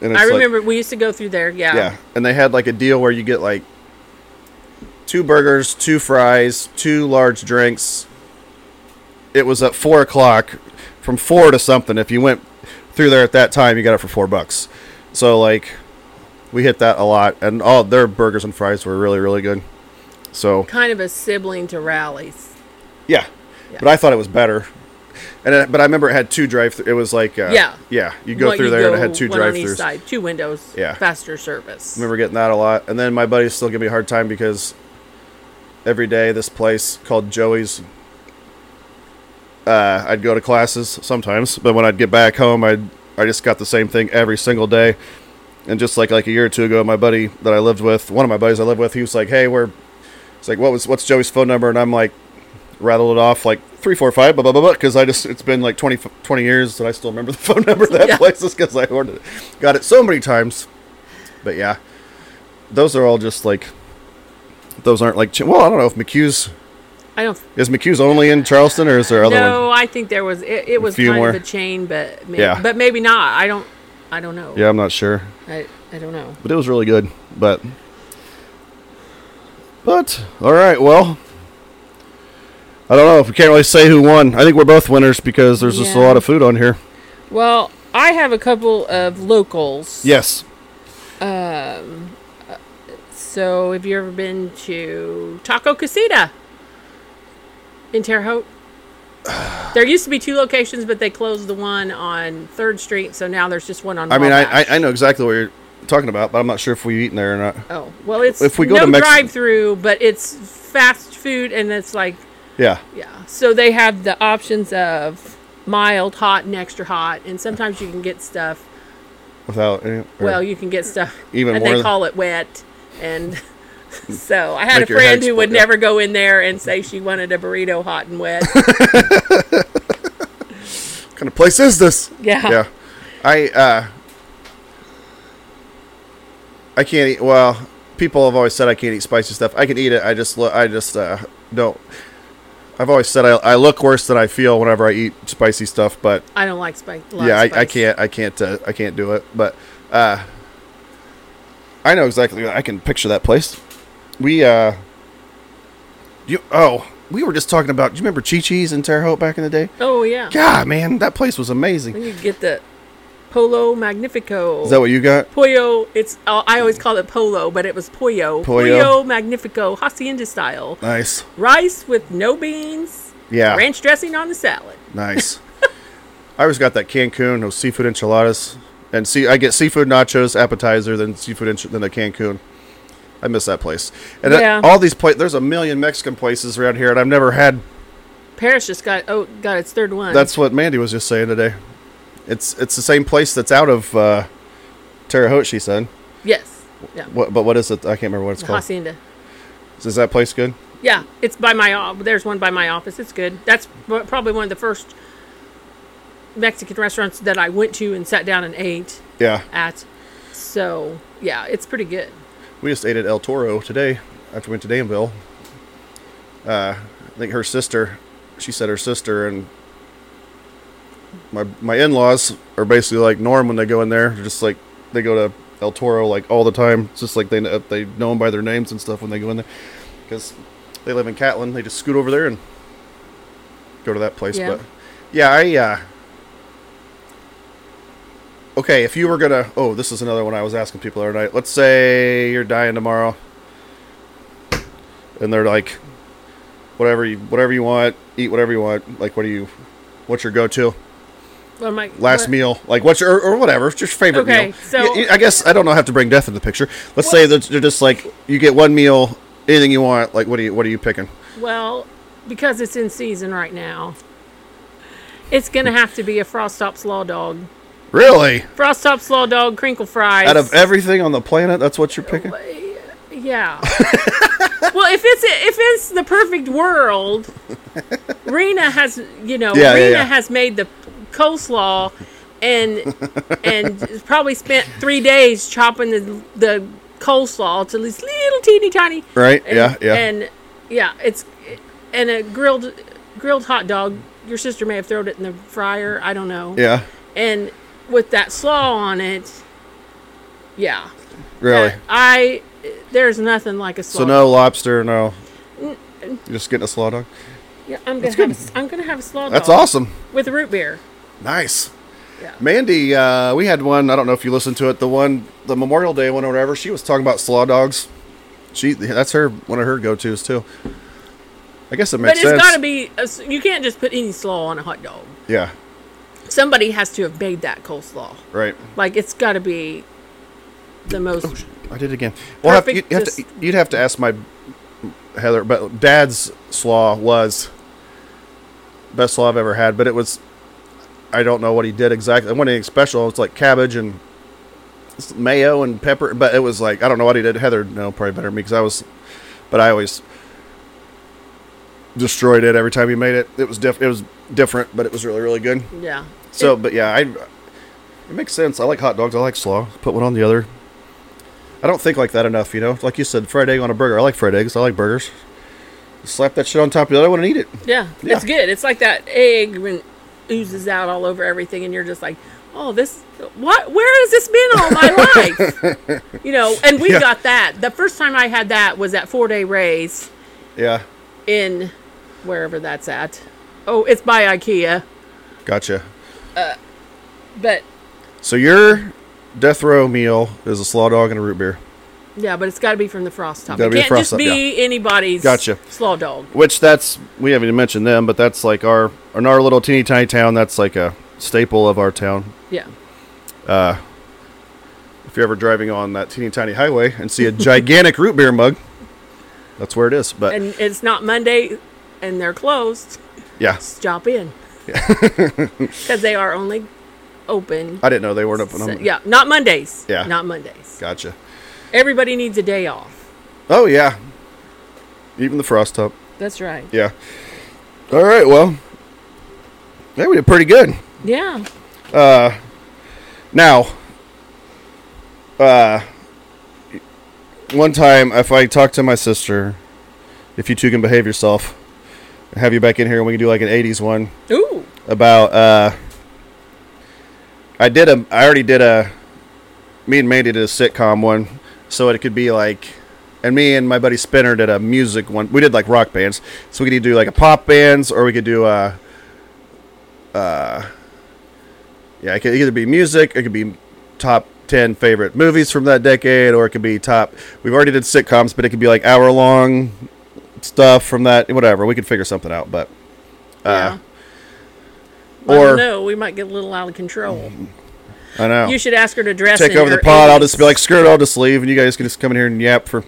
Speaker 1: And
Speaker 2: I
Speaker 1: like-
Speaker 2: remember we used to go through there. Yeah.
Speaker 1: yeah, and they had like a deal where you get like two burgers, two fries, two large drinks. It was at four o'clock, from four to something. If you went through there at that time, you got it for four bucks. So like, we hit that a lot, and all their burgers and fries were really really good. So
Speaker 2: Kind of a sibling to rallies.
Speaker 1: yeah, but I thought it was better. And it, but I remember it had two drive. It was like uh,
Speaker 2: Yeah.
Speaker 1: yeah. You go
Speaker 2: Well,
Speaker 1: through
Speaker 2: you
Speaker 1: there and it
Speaker 2: go
Speaker 1: had two
Speaker 2: one
Speaker 1: drive
Speaker 2: on each
Speaker 1: throughs.
Speaker 2: side, two windows.
Speaker 1: Yeah.
Speaker 2: Faster service.
Speaker 1: remember getting that a lot. And then my buddies still give me a hard time because every day this place called Joey's. Uh, I'd go to classes sometimes, but when I'd get back home, I I just got the same thing every single day. And just like like a year or two ago, my buddy that I lived with, one of my buddies I lived with, he was like, "Hey, we're," it's like, "What was what's Joey's phone number?" And I'm like, rattled it off like three, four, five, blah blah blah, because I just it's been like 20, 20 years that I still remember the phone number of that
Speaker 2: Yeah.
Speaker 1: place just because I ordered it, got it so many times. But yeah, those are all just like those aren't like ch- well, I don't know if McHugh's
Speaker 2: I don't.
Speaker 1: is McHugh's only in Charleston or is there other
Speaker 2: no,
Speaker 1: one?
Speaker 2: I think there was. It, it was
Speaker 1: few
Speaker 2: kind
Speaker 1: more.
Speaker 2: of a chain, but maybe,
Speaker 1: Yeah.
Speaker 2: but maybe not. I don't. I don't know.
Speaker 1: Yeah, I'm not sure,
Speaker 2: I, I don't know.
Speaker 1: but it was really good. But but all right, well. I don't know. We can't really say who won. I think we're both winners because there's just a
Speaker 2: Yeah.
Speaker 1: lot of food on here.
Speaker 2: Well, I have a couple of locals.
Speaker 1: Yes.
Speaker 2: So, have you ever been to Taco Casita in Terre Haute? There used to be two locations, but they closed the one on Third Street, so now there's just one on.
Speaker 1: I mean, I, I,
Speaker 2: Wabash.
Speaker 1: I know exactly what you're talking about, but I'm not sure if we've eaten there or not.
Speaker 2: oh well, it's
Speaker 1: if we go
Speaker 2: no
Speaker 1: to Mex-
Speaker 2: drive-through, but it's fast food, and it's like
Speaker 1: Yeah.
Speaker 2: yeah. So they have the options of mild, hot, and extra hot, and sometimes you can get stuff.
Speaker 1: Without any. or-
Speaker 2: Well, you can get stuff,
Speaker 1: Even
Speaker 2: and
Speaker 1: more
Speaker 2: they
Speaker 1: th-
Speaker 2: call it wet. And so I had a
Speaker 1: Make your
Speaker 2: friend
Speaker 1: head
Speaker 2: who would
Speaker 1: split, yeah.
Speaker 2: never go in there and say she wanted a burrito hot and wet.
Speaker 1: what kind of place is this?
Speaker 2: Yeah.
Speaker 1: Yeah. I, uh, I can't eat. Well, people have always said I can't eat spicy stuff. I can eat it. I just look. I just uh, don't. I've always said I, I look worse than I feel whenever I eat spicy stuff, but
Speaker 2: I don't like spice.
Speaker 1: yeah, I, I can't, I can't, uh, I can't do it. But uh, I know exactly. I can picture that place. We, uh, you, oh, we were just talking about. Do you remember Chi Chi's in Terre Haute back in the day?
Speaker 2: Oh yeah.
Speaker 1: God, man, that place was amazing.
Speaker 2: Then you get the Polo Magnifico.
Speaker 1: Is that what you got?
Speaker 2: Pollo, it's uh, I always call it polo, but it was pollo.
Speaker 1: Pollo.
Speaker 2: magnifico, hacienda style.
Speaker 1: Nice.
Speaker 2: Rice with no beans,
Speaker 1: Yeah.
Speaker 2: ranch dressing on the salad.
Speaker 1: Nice. I always got that Cancun, those seafood enchiladas, and see, I get seafood nachos appetizer, then seafood ench- then a Cancun. I miss that place. And that-
Speaker 2: Yeah.
Speaker 1: all these places, there's a million Mexican places around here, and I've never had
Speaker 2: Paris just got oh got its third one.
Speaker 1: That's what Mandy was just saying today. It's it's the same place that's out of uh, Terre Haute. She said.
Speaker 2: yes, yeah,
Speaker 1: What, but what is it? I can't remember what it's
Speaker 2: the
Speaker 1: called.
Speaker 2: hacienda.
Speaker 1: Is that place good?
Speaker 2: Yeah, it's by my o- there's one by my office. It's good. That's pro- probably one of the first Mexican restaurants that I went to and sat down and ate
Speaker 1: Yeah,
Speaker 2: at. So yeah, it's pretty good.
Speaker 1: we just ate at El Toro today after we went to Danville. Uh, I think her sister, she said her sister and my my in laws are basically like Norm when they go in there. They're just like they go to El Toro like all the time. It's just like they kn- they know them by their names and stuff when they go in there because they live in Catlin. They just scoot over there and go to that place.
Speaker 2: Yeah.
Speaker 1: But yeah, I. Uh, Okay, if you were gonna, oh, this is another one I was asking people the other night. Let's say you're dying tomorrow, and they're like, whatever you, whatever you want, eat whatever you want. Like, what do you, what's your go-to?
Speaker 2: What am I-
Speaker 1: last
Speaker 2: what-
Speaker 1: meal like what's your or whatever it's your favorite
Speaker 2: Okay,
Speaker 1: meal
Speaker 2: so-
Speaker 1: Y- y- i guess i don't know have to bring death into the picture let's say that they're just like you get one meal anything you want like what are you what are you picking
Speaker 2: Well, because it's in season right now, it's gonna have to be a Frostop Law Dog.
Speaker 1: really
Speaker 2: Frostop Law Dog crinkle fries.
Speaker 1: out of everything on the planet that's what you're picking
Speaker 2: yeah. well, if it's if it's the perfect world, Rena has you know
Speaker 1: Yeah, yeah,
Speaker 2: Rena
Speaker 1: yeah.
Speaker 2: has made the coleslaw, and and probably spent three days chopping the the coleslaw to this little teeny tiny.
Speaker 1: right
Speaker 2: And-
Speaker 1: yeah yeah
Speaker 2: And yeah, it's and a grilled grilled hot dog your sister may have thrown it in the fryer. I don't know.
Speaker 1: Yeah.
Speaker 2: And with that slaw on it, yeah.
Speaker 1: Really.
Speaker 2: That- I there's nothing like a slaw.
Speaker 1: so no lobster, no. You're just getting a slaw dog.
Speaker 2: Yeah, I'm gonna have a s- I'm gonna have a slaw.
Speaker 1: That's
Speaker 2: dog
Speaker 1: awesome.
Speaker 2: With root beer.
Speaker 1: Nice.
Speaker 2: Yeah.
Speaker 1: Mandy, uh, we had one. I don't know if you listened to it. The one, the Memorial Day one or whatever. She was talking about slaw dogs. She that's her one of her go tos too. I guess it
Speaker 2: But
Speaker 1: makes
Speaker 2: it's
Speaker 1: sense.
Speaker 2: got to be. a s- You can't just put any slaw on a hot dog.
Speaker 1: Yeah.
Speaker 2: Somebody has to have made that coleslaw.
Speaker 1: Right.
Speaker 2: Like it's got to be the most.
Speaker 1: I did it again. Well, have, you'd,
Speaker 2: Perfect,
Speaker 1: have to,
Speaker 2: just-
Speaker 1: you'd have to ask my Heather, but Dad's slaw was best slaw I've ever had. But it was, I don't know what he did exactly. It wasn't anything special. It's like cabbage and s- mayo and pepper. But it was like I don't know what he did. Heather, no, probably better than me because I was, but I always destroyed it every time he made it. It was diff. It was different, but it was really really good.
Speaker 2: Yeah.
Speaker 1: So, but yeah, I it makes sense. I like hot dogs. I like slaw. Put one on the other. I don't think like that enough, you know. Like you said, fried egg on a burger. I like fried eggs. I like burgers. Slap that shit on top of the other one and eat it.
Speaker 2: Yeah,
Speaker 1: Yeah.
Speaker 2: it's good. It's like that egg when oozes out all over everything, and you're just like, "Oh, this what? Where has this been all my life?" you know. And we
Speaker 1: Yeah.
Speaker 2: got that. The first time I had that was at Four Day Rays
Speaker 1: Yeah,
Speaker 2: in wherever that's at. Oh, it's by IKEA,
Speaker 1: gotcha.
Speaker 2: but
Speaker 1: So your death row meal is a slaw dog and a root beer,
Speaker 2: yeah, but it's got to be from the frost top.
Speaker 1: Gotta
Speaker 2: It
Speaker 1: be a
Speaker 2: can't
Speaker 1: Frost
Speaker 2: just
Speaker 1: Top,
Speaker 2: be anybody's
Speaker 1: Gotcha.
Speaker 2: slaw dog.
Speaker 1: which that's we haven't even mentioned them, but that's like our in our little teeny tiny town. That's like a staple of our town.
Speaker 2: Yeah,
Speaker 1: If you're ever driving on that teeny tiny highway and see a gigantic root beer mug, that's where it is. But
Speaker 2: and it's not Monday, and they're closed.
Speaker 1: yeah,
Speaker 2: Stop in because they are only open
Speaker 1: I didn't know they weren't up.
Speaker 2: So- yeah, not Mondays.
Speaker 1: Yeah.
Speaker 2: Not Mondays.
Speaker 1: Gotcha.
Speaker 2: Everybody needs a day off.
Speaker 1: Oh yeah. Even the frost top.
Speaker 2: That's right.
Speaker 1: Yeah. All right. Well, yeah, we did pretty good.
Speaker 2: Yeah.
Speaker 1: Now, uh, one time, if I talk to my sister, if you two can behave yourself, I'll have you back in here and we can do like an '80s one
Speaker 2: Ooh.
Speaker 1: about. Uh, I did a. I already did a. Me and Mandy did a sitcom one, so it could be like. And me and my buddy Spinner did a music one. We did like rock bands, so we could either do like a pop bands or we could do a. Uh, yeah, it could either be music, it could be top ten favorite movies from that decade, or it could be top. We've already did sitcoms, but it could be like hour long stuff from that. Whatever, we could figure something out. But
Speaker 2: Yeah.
Speaker 1: uh,
Speaker 2: Well,
Speaker 1: or-
Speaker 2: no, we might get a little out of control.
Speaker 1: I know
Speaker 2: You should ask her to dress.
Speaker 1: take
Speaker 2: in
Speaker 1: over the
Speaker 2: your
Speaker 1: pod. I'll just
Speaker 2: 80s.
Speaker 1: be like, screw it, I'll just leave, and you guys can just come in here and yap for.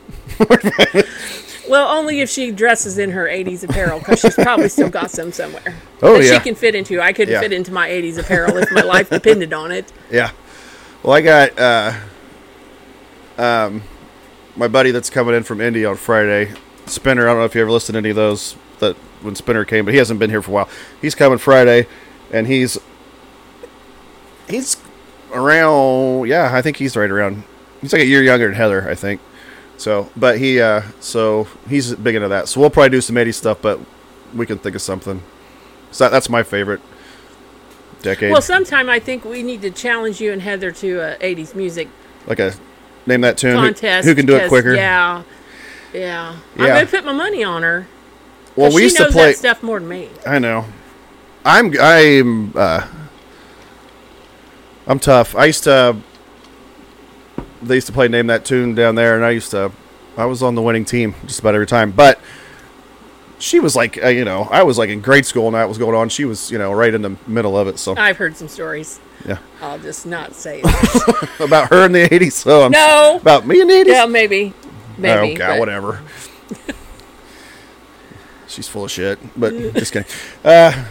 Speaker 2: Well, only if she dresses in her '80s apparel, because she's probably still got some somewhere
Speaker 1: Oh,
Speaker 2: that
Speaker 1: yeah.
Speaker 2: she can fit into. I couldn't
Speaker 1: Yeah.
Speaker 2: fit into my '80s apparel if my life depended on it.
Speaker 1: Yeah. Well, I got uh, um, my buddy that's coming in from Indy on Friday, Spinner. I don't know if you ever listened to any of those that when Spinner came, but he hasn't been here for a while. He's coming Friday, and he's he's around. Yeah, I think he's right around. He's like a year younger than Heather, I think. So, but he uh, so he's big into that. So we'll probably do some 80s stuff, but we can think of something. So that, that's my favorite decade.
Speaker 2: Well, sometime I think we need to challenge you and Heather to a '80s music
Speaker 1: like a name that tune who-
Speaker 2: contest.
Speaker 1: Who, can do it
Speaker 2: 'cause-
Speaker 1: quicker?
Speaker 2: Yeah. Yeah. I'm
Speaker 1: Yeah.
Speaker 2: gonna put my money on her. 'cause
Speaker 1: Well, we
Speaker 2: she
Speaker 1: used
Speaker 2: knows
Speaker 1: to play.
Speaker 2: that stuff more than me.
Speaker 1: I know. I'm I'm uh, I'm tough. I used to. They used to play name that tune down there, and I used to. I was on the winning team just about every time, but she was like, uh, you know, I was like in grade school and that was going on. She was, you know, right in the middle of it. So
Speaker 2: I've heard some stories.
Speaker 1: yeah,
Speaker 2: I'll just not say. it.
Speaker 1: about her in the '80s. So I'm
Speaker 2: no.
Speaker 1: about me in the '80s.
Speaker 2: Yeah, maybe. Maybe.
Speaker 1: oh god,
Speaker 2: but-
Speaker 1: whatever. she's full of shit, but just kidding. Uh,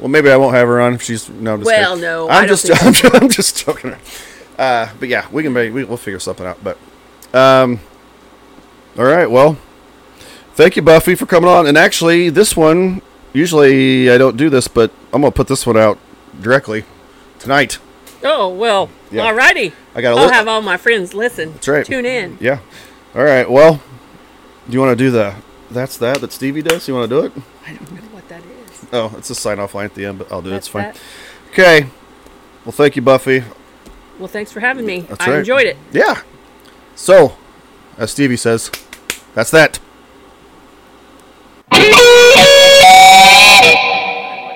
Speaker 1: well, maybe I won't have her on if she's no. I'm just
Speaker 2: Well,
Speaker 1: kidding.
Speaker 2: no, I
Speaker 1: I'm
Speaker 2: don't
Speaker 1: just
Speaker 2: think
Speaker 1: I'm, just I'm just joking. Uh, but yeah, we can maybe we, we'll figure something out. But um, all right, well, thank you, Buffy, for coming on. And actually, this one usually I don't do this, but I'm gonna put this one out directly tonight.
Speaker 2: Oh well.
Speaker 1: Yeah.
Speaker 2: Alrighty.
Speaker 1: I got a
Speaker 2: I'll
Speaker 1: little.
Speaker 2: have all my friends listen. That's
Speaker 1: right.
Speaker 2: Tune in.
Speaker 1: Yeah. All right. Well, do you want to do the that's that that Stevie does? You want to do it?
Speaker 2: I don't know what that is.
Speaker 1: Oh, it's a sign off line at the end, but I'll do it. It's
Speaker 2: That's
Speaker 1: fine.
Speaker 2: that.
Speaker 1: Okay. Well, thank you, Buffy.
Speaker 2: Well, thanks for having me.
Speaker 1: That's
Speaker 2: I
Speaker 1: right.
Speaker 2: enjoyed it.
Speaker 1: Yeah. So, as Stevie says, that's that.